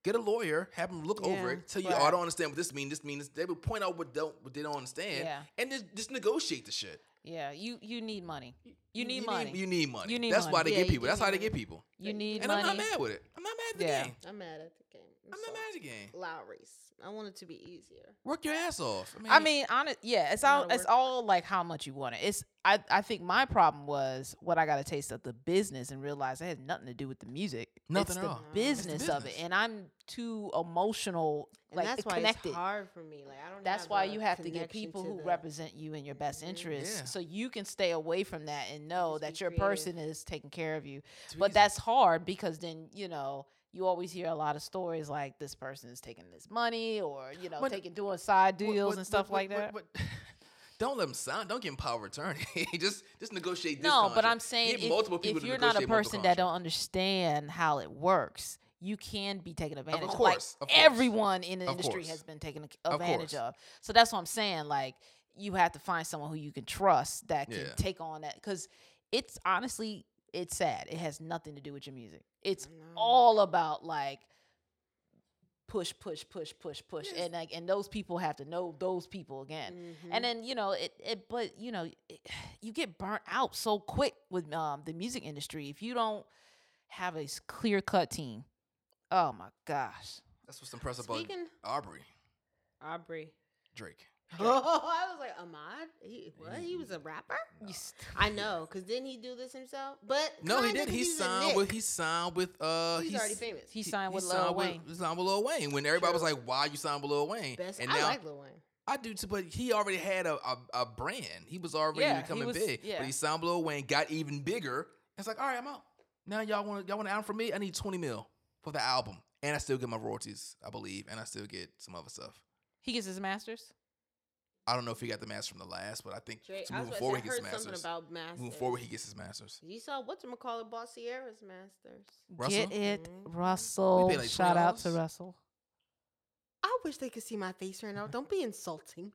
[SPEAKER 2] Get a lawyer, have them look over
[SPEAKER 1] Yeah,
[SPEAKER 2] it, tell you, oh, I
[SPEAKER 3] right.
[SPEAKER 2] don't understand what this means. This means they would point out what don't what they don't understand,
[SPEAKER 3] Yeah.
[SPEAKER 2] and just, just negotiate the shit.
[SPEAKER 3] yeah. You you need money. You need money.
[SPEAKER 2] You need money.
[SPEAKER 3] You need
[SPEAKER 2] That's why
[SPEAKER 3] money.
[SPEAKER 2] they
[SPEAKER 1] Yeah,
[SPEAKER 2] get
[SPEAKER 1] you
[SPEAKER 2] people. That's
[SPEAKER 1] do
[SPEAKER 2] how they
[SPEAKER 1] need
[SPEAKER 2] get people.
[SPEAKER 3] You need
[SPEAKER 2] And
[SPEAKER 3] money.
[SPEAKER 2] I'm not mad with it. I'm not mad at the
[SPEAKER 3] Yeah.
[SPEAKER 2] game.
[SPEAKER 1] I'm mad at the game. I'm,
[SPEAKER 2] I'm not
[SPEAKER 1] sorry.
[SPEAKER 2] mad at the game.
[SPEAKER 1] Lowry's. I want it to be easier.
[SPEAKER 2] Work your ass off. I mean,
[SPEAKER 3] I mean, honest, yeah, it's
[SPEAKER 1] A lot
[SPEAKER 3] all
[SPEAKER 1] of
[SPEAKER 3] it's
[SPEAKER 1] work.
[SPEAKER 3] all like how much you want it. It's I I think my problem was what I got a taste of the business and realized it had nothing to do with the music.
[SPEAKER 2] Nothing
[SPEAKER 3] it's
[SPEAKER 2] at
[SPEAKER 3] the
[SPEAKER 2] all. It's the
[SPEAKER 3] business of it,
[SPEAKER 2] business.
[SPEAKER 3] and I'm too emotional,
[SPEAKER 1] And
[SPEAKER 3] like
[SPEAKER 1] that's why
[SPEAKER 3] connected.
[SPEAKER 1] it's hard for me. Like I don't.
[SPEAKER 3] That's
[SPEAKER 1] have
[SPEAKER 3] why
[SPEAKER 1] a
[SPEAKER 3] you have to Mm-hmm. get
[SPEAKER 1] connection
[SPEAKER 3] people
[SPEAKER 1] to
[SPEAKER 3] who
[SPEAKER 1] the-
[SPEAKER 3] represent you in your best interests,
[SPEAKER 2] Yeah.
[SPEAKER 3] so you can stay away from that and know
[SPEAKER 1] just
[SPEAKER 3] that
[SPEAKER 1] be
[SPEAKER 3] your
[SPEAKER 1] creative.
[SPEAKER 3] person is taking care of you.
[SPEAKER 2] It's
[SPEAKER 3] But
[SPEAKER 2] easy.
[SPEAKER 3] that's hard because then you know you always hear a lot of stories like this person is taking this money or you know
[SPEAKER 2] But-
[SPEAKER 3] taking doing side
[SPEAKER 2] What-
[SPEAKER 3] deals
[SPEAKER 2] what-
[SPEAKER 3] and
[SPEAKER 2] what-
[SPEAKER 3] stuff
[SPEAKER 2] what-
[SPEAKER 3] like
[SPEAKER 2] what-
[SPEAKER 3] that.
[SPEAKER 2] what- don't let them sign. Don't give them power of attorney. just just negotiate. This
[SPEAKER 3] no, but
[SPEAKER 2] contract.
[SPEAKER 3] I'm saying
[SPEAKER 2] Get multiple
[SPEAKER 3] if,
[SPEAKER 2] people
[SPEAKER 3] if
[SPEAKER 2] to
[SPEAKER 3] you're not a
[SPEAKER 2] negotiate multiple
[SPEAKER 3] person
[SPEAKER 2] contracts.
[SPEAKER 3] that don't understand how it works, you can be taken advantage of.
[SPEAKER 2] course,
[SPEAKER 3] like
[SPEAKER 2] of course.
[SPEAKER 3] everyone in the
[SPEAKER 2] Of
[SPEAKER 3] industry
[SPEAKER 2] course.
[SPEAKER 3] has been taken ac-
[SPEAKER 2] Of
[SPEAKER 3] advantage
[SPEAKER 2] course.
[SPEAKER 3] of. So that's what I'm saying. Like you have to find someone who you can trust that can
[SPEAKER 2] Yeah.
[SPEAKER 3] take on that because it's honestly it's sad. It has nothing to do with your music. It's
[SPEAKER 1] I know.
[SPEAKER 3] all about like push, push, push, push, push,
[SPEAKER 2] Yes.
[SPEAKER 3] and like and those people have to know those people again
[SPEAKER 1] Mhm.
[SPEAKER 3] and then you know it, it but you know it, you get burnt out so quick with um, the music industry if you don't have a clear cut team oh my gosh
[SPEAKER 2] That's what's impressive about
[SPEAKER 1] speaking
[SPEAKER 2] Aubrey
[SPEAKER 1] Aubrey.
[SPEAKER 2] Drake.
[SPEAKER 1] Oh, I was like Ahmad. He, what? He was a rapper.
[SPEAKER 3] you st-
[SPEAKER 1] I know, cause didn't he do this himself? But
[SPEAKER 2] No, he
[SPEAKER 1] kinda,
[SPEAKER 2] did.
[SPEAKER 1] 'cause
[SPEAKER 2] He
[SPEAKER 1] he's a
[SPEAKER 2] signed with
[SPEAKER 1] Nick.
[SPEAKER 2] he signed with uh
[SPEAKER 1] he's,
[SPEAKER 2] he's-
[SPEAKER 1] already famous.
[SPEAKER 3] he
[SPEAKER 2] he-
[SPEAKER 3] signed
[SPEAKER 2] he
[SPEAKER 3] with
[SPEAKER 2] signed
[SPEAKER 3] lil wayne
[SPEAKER 2] He signed with Lil Wayne. When everybody was like, "Why you signed with Lil Wayne?"
[SPEAKER 1] Best.
[SPEAKER 2] and
[SPEAKER 1] I
[SPEAKER 2] now
[SPEAKER 1] like Lil Wayne.
[SPEAKER 2] I do too, but he already had a, a, a brand. He was already
[SPEAKER 3] Yeah, he
[SPEAKER 2] becoming
[SPEAKER 3] was-
[SPEAKER 2] big.
[SPEAKER 3] yeah.
[SPEAKER 2] But he signed with Lil Wayne, got even bigger. It's like, all right, I'm out. Now y'all want y'all want an album from me? I need 20 mil for the album, and I still get my royalties, I believe, and I still get some other stuff.
[SPEAKER 3] he gets his masters
[SPEAKER 2] I don't know if he got the master from the last, but I think
[SPEAKER 1] Drake.
[SPEAKER 2] to
[SPEAKER 1] I was
[SPEAKER 2] moving
[SPEAKER 1] about to
[SPEAKER 2] forward
[SPEAKER 1] say, I
[SPEAKER 2] he gets
[SPEAKER 1] heard
[SPEAKER 2] masters.
[SPEAKER 1] something about masters.
[SPEAKER 2] moving forward he gets his masters.
[SPEAKER 1] You saw what's call it, Boss Sierra's masters.
[SPEAKER 2] Russell?
[SPEAKER 3] get it
[SPEAKER 1] Mhm.
[SPEAKER 3] russell
[SPEAKER 2] We paid like
[SPEAKER 3] shout out to
[SPEAKER 2] $20.
[SPEAKER 3] russell
[SPEAKER 1] I wish they could see my face right now. Don't be insulting.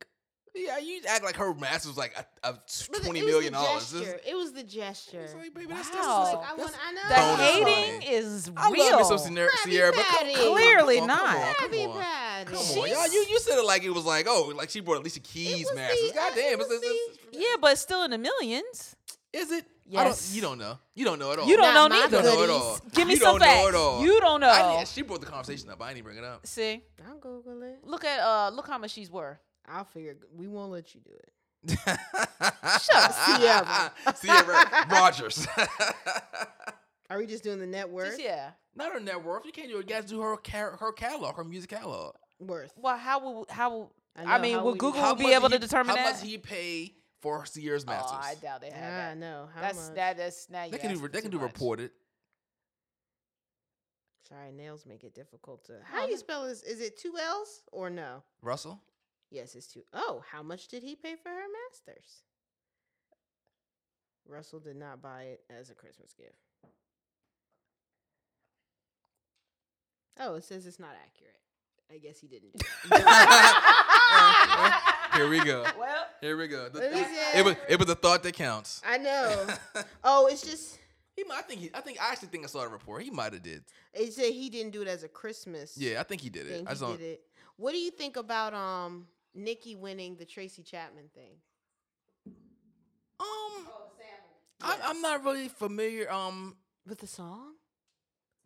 [SPEAKER 2] Yeah, you act like her masters was like a, a
[SPEAKER 1] But
[SPEAKER 2] twenty
[SPEAKER 1] it was
[SPEAKER 2] million
[SPEAKER 1] the
[SPEAKER 2] dollars. This-
[SPEAKER 1] gesture. It was the gesture.
[SPEAKER 2] It's like, baby, that's
[SPEAKER 3] Wow.
[SPEAKER 2] that's,
[SPEAKER 1] Like,
[SPEAKER 2] that's,
[SPEAKER 1] I,
[SPEAKER 2] that's-
[SPEAKER 1] want, I know.
[SPEAKER 3] the
[SPEAKER 2] Don't
[SPEAKER 3] hating
[SPEAKER 2] insult
[SPEAKER 3] is
[SPEAKER 2] I
[SPEAKER 3] real
[SPEAKER 2] love me some Sierra,
[SPEAKER 1] Krabby
[SPEAKER 2] Sierra but come,
[SPEAKER 1] Patty.
[SPEAKER 2] come on,
[SPEAKER 3] Clearly
[SPEAKER 2] come on, come
[SPEAKER 3] not.
[SPEAKER 2] on,
[SPEAKER 1] Krabby
[SPEAKER 2] come on.
[SPEAKER 1] Patty.
[SPEAKER 2] Come
[SPEAKER 3] Jeez.
[SPEAKER 2] on, y'all. You, you said it like it was like, oh, like she brought Alicia Keys
[SPEAKER 1] was
[SPEAKER 2] masters.
[SPEAKER 1] the-
[SPEAKER 2] God
[SPEAKER 1] uh, it
[SPEAKER 2] damn,
[SPEAKER 1] was
[SPEAKER 2] it's, it's, it's,
[SPEAKER 3] yeah but still in the millions
[SPEAKER 2] is it? I
[SPEAKER 3] Yes.
[SPEAKER 2] don't, you don't know. You don't know at all.
[SPEAKER 3] you don't
[SPEAKER 1] Not
[SPEAKER 3] know
[SPEAKER 1] my
[SPEAKER 3] neither
[SPEAKER 2] You don't know at all.
[SPEAKER 3] give me
[SPEAKER 2] you
[SPEAKER 3] some
[SPEAKER 2] don't
[SPEAKER 3] facts
[SPEAKER 2] Know at all.
[SPEAKER 3] you don't know
[SPEAKER 2] I, yeah, she brought the conversation up. I didn't bring it up.
[SPEAKER 3] see
[SPEAKER 1] I'll Google it.
[SPEAKER 3] look at uh look how much she's worth
[SPEAKER 1] I'll figure. We won't let you do it.
[SPEAKER 2] Shut
[SPEAKER 1] Sierra.
[SPEAKER 2] Sierra Rogers.
[SPEAKER 1] Are we just doing the net worth?
[SPEAKER 3] Just, yeah
[SPEAKER 2] Not her net worth. You can't do it. You guys do her car- her catalog, her music catalog.
[SPEAKER 1] Worth.
[SPEAKER 3] well how will how will I
[SPEAKER 1] know,
[SPEAKER 3] mean,
[SPEAKER 1] how
[SPEAKER 3] will
[SPEAKER 1] we-
[SPEAKER 3] Google- Who
[SPEAKER 2] How
[SPEAKER 3] will be
[SPEAKER 2] much
[SPEAKER 3] able
[SPEAKER 2] did
[SPEAKER 3] to
[SPEAKER 2] he-
[SPEAKER 3] determine
[SPEAKER 2] how
[SPEAKER 3] that?
[SPEAKER 2] much he pay for Sierra's masters?
[SPEAKER 3] Oh, I doubt they have
[SPEAKER 1] I
[SPEAKER 3] that.
[SPEAKER 1] know. How
[SPEAKER 3] That's
[SPEAKER 1] much?
[SPEAKER 3] that. That's now.
[SPEAKER 2] They can do. They can do reported.
[SPEAKER 1] Sorry, nails make it difficult to.
[SPEAKER 3] No,
[SPEAKER 1] How do you
[SPEAKER 3] no.
[SPEAKER 1] spell this? Is it two L's or no?
[SPEAKER 2] Russell.
[SPEAKER 1] Yes, it's two. Oh, how much did he pay for her masters? Russell did not buy it as a Christmas gift. Oh, it says it's not accurate. I guess he didn't. Do
[SPEAKER 2] Here we go.
[SPEAKER 3] Well,
[SPEAKER 2] Here we go. The-
[SPEAKER 1] What is
[SPEAKER 2] it, it was it was a thought that counts.
[SPEAKER 1] I know. Oh, it's just
[SPEAKER 2] he might. I think. He, I think. I actually think I saw the report. He might have did.
[SPEAKER 1] it said he didn't do it as a Christmas.
[SPEAKER 2] Yeah, I think he did it.
[SPEAKER 1] thing.
[SPEAKER 2] I just
[SPEAKER 1] He
[SPEAKER 2] don't.
[SPEAKER 1] did it. What do you think about um Nikki winning the Tracy Chapman thing?
[SPEAKER 2] Um, I, I'm not really familiar. Um,
[SPEAKER 1] With the song?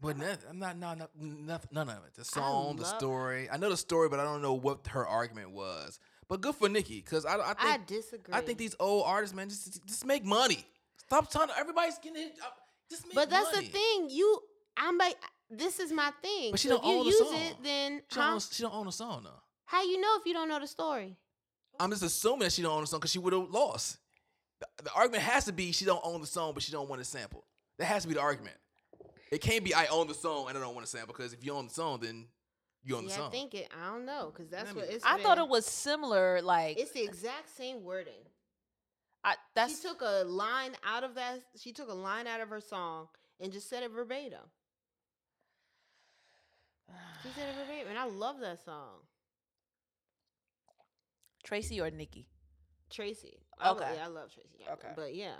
[SPEAKER 2] but no, I'm not. No, no, noth- none of it. The song, the
[SPEAKER 1] love-
[SPEAKER 2] story. I know the story, but I don't know what her argument was. But good for Nikki, because I, I think
[SPEAKER 1] I disagree.
[SPEAKER 2] I think these old artists, man, just just make money. Stop trying. to- Everybody's getting it. uh, Just make
[SPEAKER 1] But that's
[SPEAKER 2] money.
[SPEAKER 1] the thing. You, I'm like, this is my thing.
[SPEAKER 2] But she
[SPEAKER 1] So
[SPEAKER 2] don't
[SPEAKER 1] if you
[SPEAKER 2] own the
[SPEAKER 1] use
[SPEAKER 2] song.
[SPEAKER 1] it, then
[SPEAKER 2] She don't,
[SPEAKER 1] huh?
[SPEAKER 2] own, she don't own a song though.
[SPEAKER 1] how you know if you don't know the story?
[SPEAKER 2] I'm just assuming that she don't own the song because she would have lost. The, the argument has to be she don't own the song, but she don't want to sample. That has to be the argument. It can't be I own the song and I don't want to sample because if you own the song, then you own the
[SPEAKER 1] See, I
[SPEAKER 2] song.
[SPEAKER 1] think it. I don't know because that's
[SPEAKER 2] Let
[SPEAKER 1] what
[SPEAKER 2] me-
[SPEAKER 1] it's.
[SPEAKER 3] I thought
[SPEAKER 1] been.
[SPEAKER 3] it was similar. Like
[SPEAKER 1] It's the exact same wording.
[SPEAKER 3] I, that's
[SPEAKER 1] she took a line out of that. She took a line out of her song and just said it verbatim. She said it verbatim, and I love that song.
[SPEAKER 3] Tracy or Nikki.
[SPEAKER 1] Tracy. I lo-
[SPEAKER 3] Okay.
[SPEAKER 1] yeah, I love Tracy. Chapman,
[SPEAKER 3] Okay.
[SPEAKER 1] But yeah.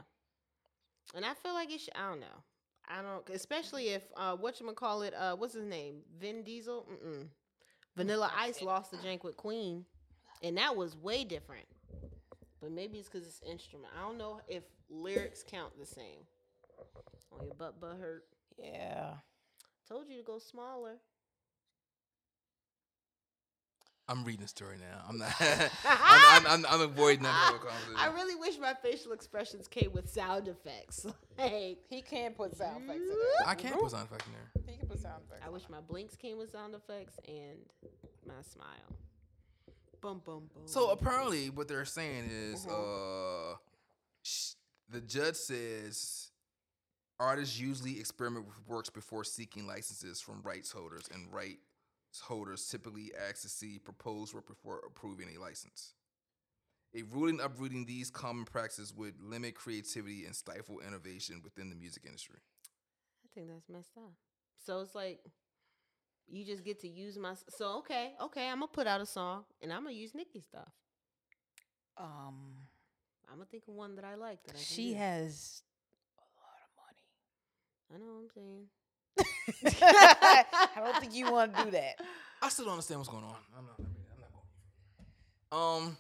[SPEAKER 1] And I feel like it should, I don't know. I don't, especially if, uh, whatchamacallit, uh, what's his name? Vin Diesel? Mm-mm. Vanilla Ice lost the jank with Queen. And that was way different. But maybe it's because it's instrument. I don't know if lyrics count the same. Oh, your butt butt hurt.
[SPEAKER 3] Yeah.
[SPEAKER 1] Told you to go smaller.
[SPEAKER 2] I'm reading the story now. I'm not. I'm, I'm, I'm, I'm avoiding that whole conversation.
[SPEAKER 1] I really wish my facial expressions came with sound effects. Like,
[SPEAKER 3] He can put sound effects in
[SPEAKER 2] I can't put sound effects in there.
[SPEAKER 3] there. He can put sound effects.
[SPEAKER 1] I wish my blinks came with sound effects and my smile. Bum bum bum.
[SPEAKER 2] So apparently, what they're saying is, uh, sh- the judge says artists usually experiment with works before seeking licenses from rights holders, and rights holders typically ask to see proposed work before approving a license. A ruling uprooting these common practices would limit creativity and stifle innovation within the music industry.
[SPEAKER 1] I think that's messed up. So it's like you just get to use my. s- So okay, okay, I'm gonna put out a song and I'm gonna use Nikki stuff.
[SPEAKER 3] Um,
[SPEAKER 1] I'm gonna think of one that I like. That I can
[SPEAKER 3] she
[SPEAKER 1] use.
[SPEAKER 3] has a
[SPEAKER 1] I know what I'm saying.
[SPEAKER 3] lot of money. I don't think you want to do that.
[SPEAKER 2] I still don't understand what's going on. I'm not. I'm not going. Um.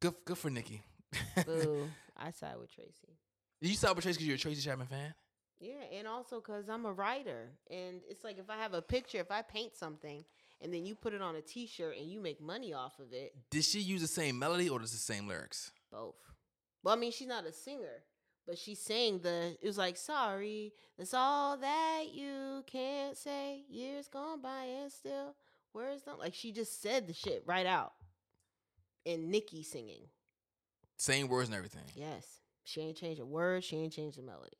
[SPEAKER 2] Good. Good for Nikki.
[SPEAKER 1] Boo! I side with Tracy.
[SPEAKER 2] You saw Tracy because you're a Tracy Chapman fan.
[SPEAKER 1] Yeah, and also because I'm a writer, and it's like if I have a picture, if I paint something, and then you put it on a T-shirt and you make money off of it,
[SPEAKER 2] Did she use the same melody or does the same lyrics?
[SPEAKER 1] both. Well, I mean, she's not a singer, but she sang the. It was like, sorry, that's all that you can't say. Years gone by and still words don't. Like she just said the shit right out, and Nikki singing.
[SPEAKER 2] Same words and everything.
[SPEAKER 1] Yes, she ain't changed a word. She ain't changed the melody.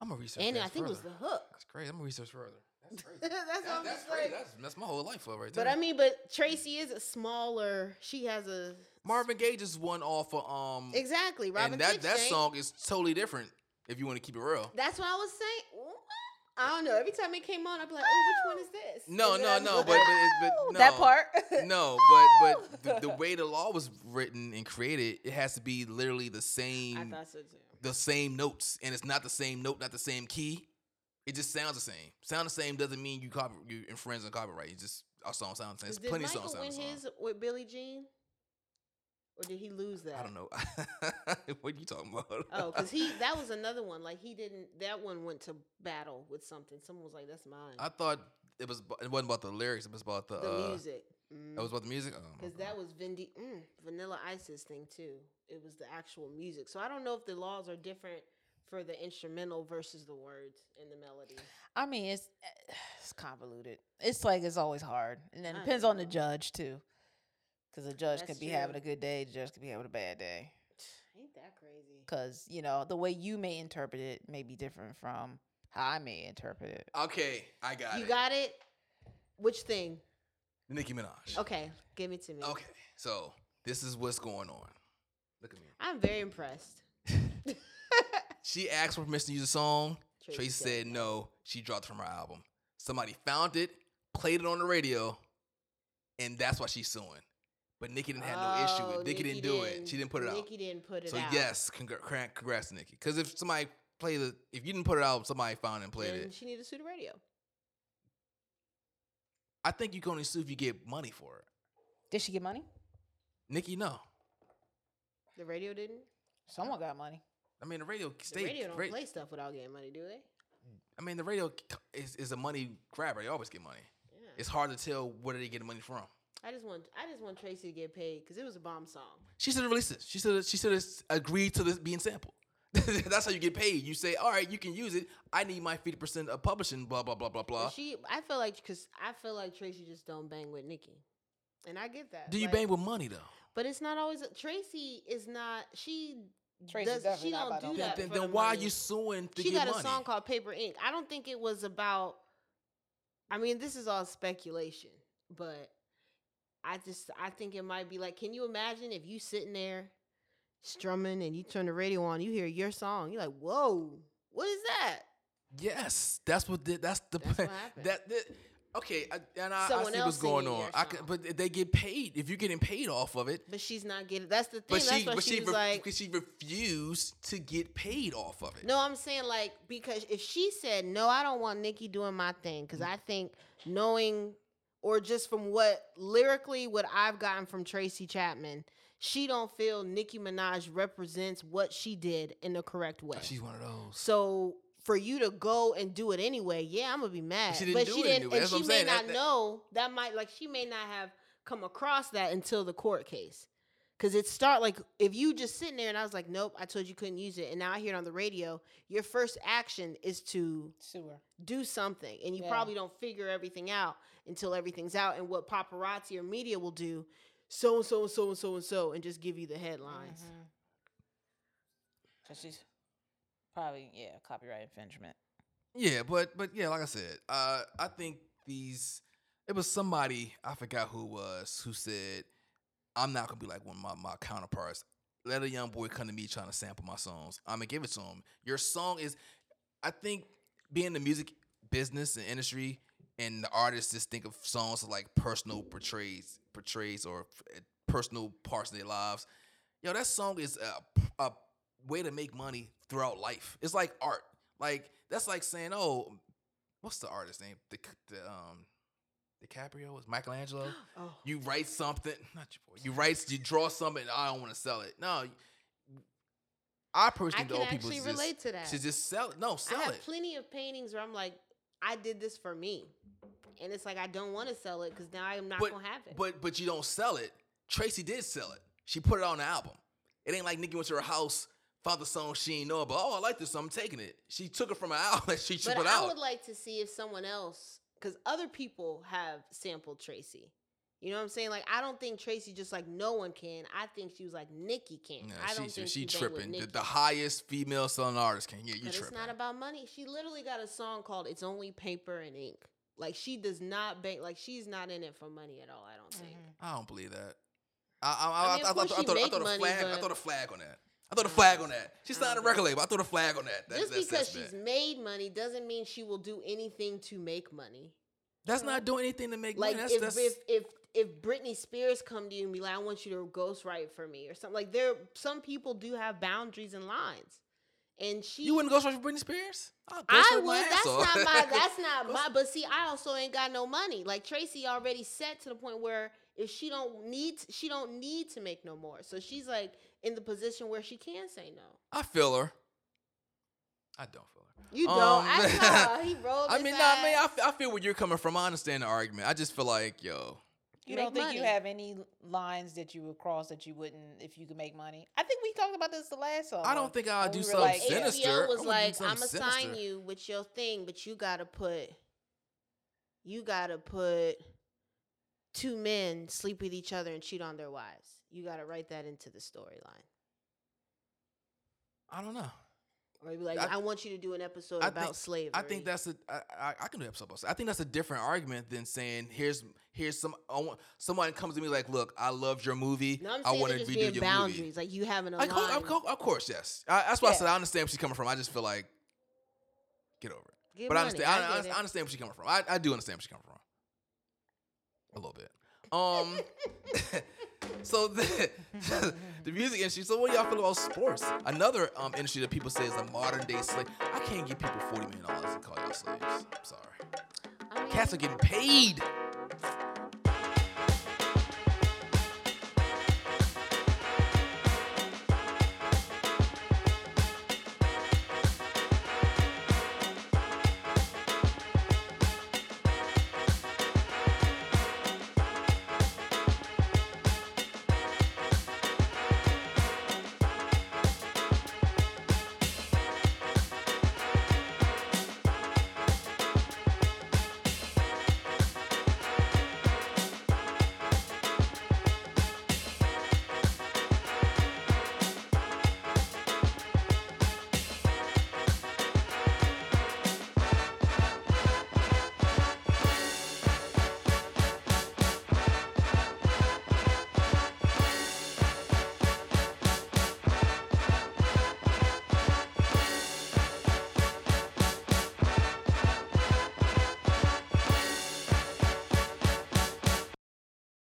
[SPEAKER 2] I'm gonna research.
[SPEAKER 1] and
[SPEAKER 2] that
[SPEAKER 1] I think it was the
[SPEAKER 2] further.
[SPEAKER 1] hook.
[SPEAKER 2] That's crazy. I'm gonna research further. That's crazy.
[SPEAKER 1] that's what
[SPEAKER 2] That-
[SPEAKER 1] I'm
[SPEAKER 2] that's
[SPEAKER 1] just
[SPEAKER 2] crazy.
[SPEAKER 1] like-
[SPEAKER 2] That's, that's my whole life up right there.
[SPEAKER 1] But I mean, but Tracy is a smaller. She has a
[SPEAKER 2] Marvin Gaye just won off of um,
[SPEAKER 1] exactly. Robin
[SPEAKER 2] and that
[SPEAKER 1] Thicke
[SPEAKER 2] that
[SPEAKER 1] sang-
[SPEAKER 2] song is totally different. If you want to keep it real.
[SPEAKER 1] That's what I was saying. What? I don't know. Every time it came on, I'd be like, "Oh, which one is this?"
[SPEAKER 2] No,
[SPEAKER 1] And
[SPEAKER 2] no,
[SPEAKER 1] then I'd be
[SPEAKER 2] no. But
[SPEAKER 1] like, "Oh."
[SPEAKER 2] but, it- but no.
[SPEAKER 3] That part.
[SPEAKER 2] No, but but the, the way the law was written and created, it has to be literally the same.
[SPEAKER 1] I thought so too.
[SPEAKER 2] the same notes, and it's not the same note, not the same key. It just sounds the same. Sound the same doesn't mean you copy you infringe on copyright. It's just our song sounds the same. It's
[SPEAKER 1] Did
[SPEAKER 2] plenty of
[SPEAKER 1] Michael
[SPEAKER 2] songs sound
[SPEAKER 1] win
[SPEAKER 2] the same.
[SPEAKER 1] his with Billie Jean, or did he lose that?
[SPEAKER 2] I don't know. what are you talking about?
[SPEAKER 1] uh, Oh, because he that was another one. Like he didn't. That one went to battle with something. Someone was like, "That's mine."
[SPEAKER 2] I thought it was. ab- It wasn't about the lyrics. It was about the.
[SPEAKER 1] the
[SPEAKER 2] uh,
[SPEAKER 1] music.
[SPEAKER 2] It was about the music. Oh,
[SPEAKER 1] Because that was Vin D- mm, Vanilla Ice's thing too. It was the actual music. So I don't know if the laws are different for the instrumental versus the words and the melody.
[SPEAKER 3] I mean, it's eh, it's convoluted. It's like it's always hard, and then it
[SPEAKER 1] I
[SPEAKER 3] depends on the
[SPEAKER 1] know.
[SPEAKER 3] judge too, because the judge
[SPEAKER 1] That's
[SPEAKER 3] could be having
[SPEAKER 1] true.
[SPEAKER 3] a good day, the judge could be having a bad day,
[SPEAKER 1] Ain't that crazy?
[SPEAKER 3] because you know the way you may interpret it may be different from how I may interpret it.
[SPEAKER 2] okay, I got
[SPEAKER 1] you
[SPEAKER 2] it.
[SPEAKER 1] got it? Which thing?
[SPEAKER 2] Nicki Minaj.
[SPEAKER 1] Okay, give it to me.
[SPEAKER 2] Okay. So this is what's going on. Look at me.
[SPEAKER 1] I'm very impressed.
[SPEAKER 2] She asked for permission to use a song. Tracy,
[SPEAKER 1] Tracy
[SPEAKER 2] said no. She dropped it from her album. Somebody found it, played it on the radio, and that's why she's suing. But Nikki didn't have no issue with
[SPEAKER 1] Oh,
[SPEAKER 2] it. Nikki, didn't do it. She didn't put it out.
[SPEAKER 1] Nikki didn't put it
[SPEAKER 2] so
[SPEAKER 1] out.
[SPEAKER 2] yes, congr- congr- congrats to Nikki. Because if somebody played it, if you didn't put it out, somebody found it and played
[SPEAKER 1] Then
[SPEAKER 2] it.
[SPEAKER 1] she needed to sue the radio.
[SPEAKER 2] I think you can only sue if you get money for it.
[SPEAKER 3] Did she get money?
[SPEAKER 2] Nikki, no.
[SPEAKER 1] The radio didn't.
[SPEAKER 3] Someone got money.
[SPEAKER 2] I mean the radio
[SPEAKER 1] The
[SPEAKER 2] stayed.
[SPEAKER 1] radio don't
[SPEAKER 2] ra-
[SPEAKER 1] play stuff without getting money, do they?
[SPEAKER 2] I mean the radio c- is, is a money grabber. They always get money.
[SPEAKER 1] Yeah.
[SPEAKER 2] It's hard to tell where they get the money from.
[SPEAKER 1] I just want I just want Tracy to get paid because it was a bomb song.
[SPEAKER 2] She should have released it. She should have. She should have agreed to this being sampled. That's how you get paid. You say, "All right, you can use it. I need my fifty percent of publishing." Blah blah blah blah
[SPEAKER 1] But
[SPEAKER 2] blah.
[SPEAKER 1] she, I feel like because I feel like Tracy just don't bang with Nikki, and I get that.
[SPEAKER 2] Do you
[SPEAKER 1] like-
[SPEAKER 2] bang with money though?
[SPEAKER 1] But it's not always Tracy is not she.
[SPEAKER 3] Tracy's
[SPEAKER 1] does,
[SPEAKER 3] definitely
[SPEAKER 1] she
[SPEAKER 3] not
[SPEAKER 1] don't
[SPEAKER 3] about
[SPEAKER 1] do
[SPEAKER 3] no
[SPEAKER 1] that.
[SPEAKER 2] Then,
[SPEAKER 1] for
[SPEAKER 2] then
[SPEAKER 1] the
[SPEAKER 2] why are
[SPEAKER 1] money.
[SPEAKER 2] you suing to
[SPEAKER 1] She
[SPEAKER 2] get
[SPEAKER 1] got
[SPEAKER 2] money?
[SPEAKER 1] a song called Paper Ink. I don't think it was about. I mean, this is all speculation, but I just I think it might be like, can you imagine if you sitting there strumming and you turn the radio on, you hear your song, you're like, whoa, what is that?
[SPEAKER 2] yes, that's what. The, that's the.
[SPEAKER 1] That's what happened.
[SPEAKER 2] that, that okay, I, and I, I
[SPEAKER 1] Someone
[SPEAKER 2] see
[SPEAKER 1] else
[SPEAKER 2] what's going
[SPEAKER 1] singing
[SPEAKER 2] on.
[SPEAKER 1] your
[SPEAKER 2] I could,
[SPEAKER 1] song.
[SPEAKER 2] but they get paid if you're getting paid off of it.
[SPEAKER 1] But she's not getting. That's the thing.
[SPEAKER 2] But
[SPEAKER 1] that's
[SPEAKER 2] she,
[SPEAKER 1] why
[SPEAKER 2] but
[SPEAKER 1] she
[SPEAKER 2] she,
[SPEAKER 1] was
[SPEAKER 2] ref-
[SPEAKER 1] like,
[SPEAKER 2] because she refused to get paid off of it.
[SPEAKER 1] No, I'm saying like because if she said no, I don't want Nikki doing my thing because I think knowing or just from what lyrically what I've gotten from Tracy Chapman, she don't feel Nicki Minaj represents what she did in the correct way.
[SPEAKER 2] she's one of those.
[SPEAKER 1] so for you to go and do it anyway, yeah, I'm gonna be mad.
[SPEAKER 2] she didn't
[SPEAKER 1] but
[SPEAKER 2] do
[SPEAKER 1] she
[SPEAKER 2] it
[SPEAKER 1] didn't,
[SPEAKER 2] anyway.
[SPEAKER 1] and
[SPEAKER 2] That's
[SPEAKER 1] she
[SPEAKER 2] what I'm
[SPEAKER 1] may
[SPEAKER 2] saying.
[SPEAKER 1] not
[SPEAKER 2] That- that-
[SPEAKER 1] know that might like she may not have come across that until the court case. Cause it start like if you just sitting there and I was like, nope, I told you couldn't use it, and now I hear it on the radio. Your first action is to
[SPEAKER 3] Sewer.
[SPEAKER 1] do something, and you
[SPEAKER 3] Yeah.
[SPEAKER 1] probably don't figure everything out until everything's out. And what paparazzi or media will do, so and so and so and so and so, and just give you the headlines.
[SPEAKER 2] Mm-hmm.
[SPEAKER 3] Mm-hmm. Cause she's probably yeah copyright infringement.
[SPEAKER 2] Yeah, but but yeah, like I said, uh, I think these. It was somebody I forgot who it was who said, "I'm not gonna be like one of my, my counterparts. Let a young boy come to me trying to sample my songs. I'm gonna give it to him. Your song is, I think, being in the music business and industry, and the artists just think of songs as like personal portrays, portrays or uh, personal parts of their lives. Yo, that song is a, a way to make money throughout life. It's like art. Like that's like saying, oh, what's the artist name? The, c- the um, DiCaprio is Michelangelo.
[SPEAKER 1] Oh.
[SPEAKER 2] You write something, not you. boy, You write, you draw something. I don't want to sell it. No, I
[SPEAKER 1] I
[SPEAKER 2] personally
[SPEAKER 1] can
[SPEAKER 2] know people
[SPEAKER 1] actually
[SPEAKER 2] just,
[SPEAKER 1] relate to that.
[SPEAKER 2] to just sell it. No,
[SPEAKER 1] I
[SPEAKER 2] sell
[SPEAKER 1] have
[SPEAKER 2] it.
[SPEAKER 1] plenty of paintings where I'm like, I did this for me, and it's like I don't want to sell it because now I'm not
[SPEAKER 2] But-
[SPEAKER 1] gonna have it.
[SPEAKER 2] But but you don't sell it. Tracy did sell it. She put it on the album. It ain't like Nicki went to her house, found the song she ain't know about. Oh, I like this, so I'm taking it. She took it from an album that she she
[SPEAKER 1] But
[SPEAKER 2] put
[SPEAKER 1] I
[SPEAKER 2] out.
[SPEAKER 1] would like to see if someone else, because other people have sampled Tracy. You know what I'm saying? Like I don't think Tracy just like no one can. I think she was like Nikki can.
[SPEAKER 2] Nah,
[SPEAKER 1] I don't
[SPEAKER 2] she,
[SPEAKER 1] think
[SPEAKER 2] she
[SPEAKER 1] banged with
[SPEAKER 2] tripping. The,
[SPEAKER 1] Nicki.
[SPEAKER 2] the highest female selling artist can. Yeah, you
[SPEAKER 1] but
[SPEAKER 2] tripping.
[SPEAKER 1] it's not about money. She literally got a song called "It's Only Paper and Ink." Like she does not bank. Like she's not in it for money at all. I don't think.
[SPEAKER 2] I don't believe that. I I, I,
[SPEAKER 1] I mean,
[SPEAKER 2] I,
[SPEAKER 1] of
[SPEAKER 2] thought,
[SPEAKER 1] course
[SPEAKER 2] I
[SPEAKER 1] she
[SPEAKER 2] thought I
[SPEAKER 1] make
[SPEAKER 2] thought a
[SPEAKER 1] money,
[SPEAKER 2] flag. I
[SPEAKER 1] but-
[SPEAKER 2] thought a flag on that. I thought a flag on that. She
[SPEAKER 1] I
[SPEAKER 2] signed a
[SPEAKER 1] don't
[SPEAKER 2] record label. I thought a flag on that. That-
[SPEAKER 1] Just
[SPEAKER 2] that's,
[SPEAKER 1] because
[SPEAKER 2] that's
[SPEAKER 1] she's
[SPEAKER 2] bad.
[SPEAKER 1] made money doesn't mean she will do anything to make money.
[SPEAKER 2] that's not doing anything to make
[SPEAKER 1] Like
[SPEAKER 2] money. That's,
[SPEAKER 1] if,
[SPEAKER 2] that's
[SPEAKER 1] if if if Britney Spears come to you and be like, "I want you to ghostwrite for me" or something like there, some people do have boundaries and lines, and she.
[SPEAKER 2] you wouldn't ghostwrite for Britney Spears. I'll
[SPEAKER 1] I
[SPEAKER 2] ghostwrite
[SPEAKER 1] would.
[SPEAKER 2] my
[SPEAKER 1] That's
[SPEAKER 2] ass off.
[SPEAKER 1] not my. That's not my. But see, I also ain't got no money. Like Tracy already set to the point where if she don't need, she don't need to make no more. So she's like in the position where she can say no.
[SPEAKER 2] I feel her. I don't feel her.
[SPEAKER 1] You don't.
[SPEAKER 2] Um,
[SPEAKER 1] I know he rolled.
[SPEAKER 2] I
[SPEAKER 1] his
[SPEAKER 2] mean, nah, I mean, I,
[SPEAKER 1] eyes.
[SPEAKER 2] f- I feel where you're coming from. I understand the argument. I just feel like, yo,
[SPEAKER 3] You
[SPEAKER 1] Make
[SPEAKER 3] don't think you
[SPEAKER 1] money.
[SPEAKER 3] have any lines that you would cross that you wouldn't if you could make money? I think we talked about this the last time.
[SPEAKER 2] I don't think I'll do
[SPEAKER 3] we were
[SPEAKER 2] something
[SPEAKER 3] like,
[SPEAKER 1] HBO
[SPEAKER 2] sinister. I
[SPEAKER 1] E was
[SPEAKER 2] wouldn't do
[SPEAKER 1] like,
[SPEAKER 2] something
[SPEAKER 1] "I'm gonna sign
[SPEAKER 2] sinister."
[SPEAKER 1] you with your thing, but you gotta put, you gotta put two men sleep with each other and cheat on their wives. You gotta write that into the storyline,
[SPEAKER 2] I don't know.
[SPEAKER 1] or be like,
[SPEAKER 2] I-
[SPEAKER 1] I, want you to do an episode
[SPEAKER 2] I
[SPEAKER 1] about
[SPEAKER 2] think-
[SPEAKER 1] slavery."
[SPEAKER 2] I think that's a I, I, I can do episode. about slavery. I think that's a different argument than saying here's here's some I want, someone comes to me like, look, I loved your movie.
[SPEAKER 1] No, I'm
[SPEAKER 2] I
[SPEAKER 1] saying
[SPEAKER 2] want
[SPEAKER 1] it
[SPEAKER 2] to
[SPEAKER 1] just
[SPEAKER 2] redo
[SPEAKER 1] being
[SPEAKER 2] your
[SPEAKER 1] boundaries,
[SPEAKER 2] movie.
[SPEAKER 1] like you having a
[SPEAKER 2] Like,
[SPEAKER 1] line.
[SPEAKER 2] of, of, of course, yes. I, that's why I
[SPEAKER 3] Yeah.
[SPEAKER 2] said I understand where she's coming from. I just feel like get over it.
[SPEAKER 1] Get
[SPEAKER 2] but I
[SPEAKER 1] money,
[SPEAKER 2] understand. I, I,
[SPEAKER 1] get
[SPEAKER 2] I
[SPEAKER 1] it.
[SPEAKER 2] understand where she's coming from. I, I do understand where she's coming from. A little bit. Um. so the, the music industry. So what do y'all feel about sports? Another um industry that people say is a modern day slave. I can't give people forty million dollars and call y'all slaves. I'm sorry.
[SPEAKER 1] I mean,
[SPEAKER 2] Cats are getting paid.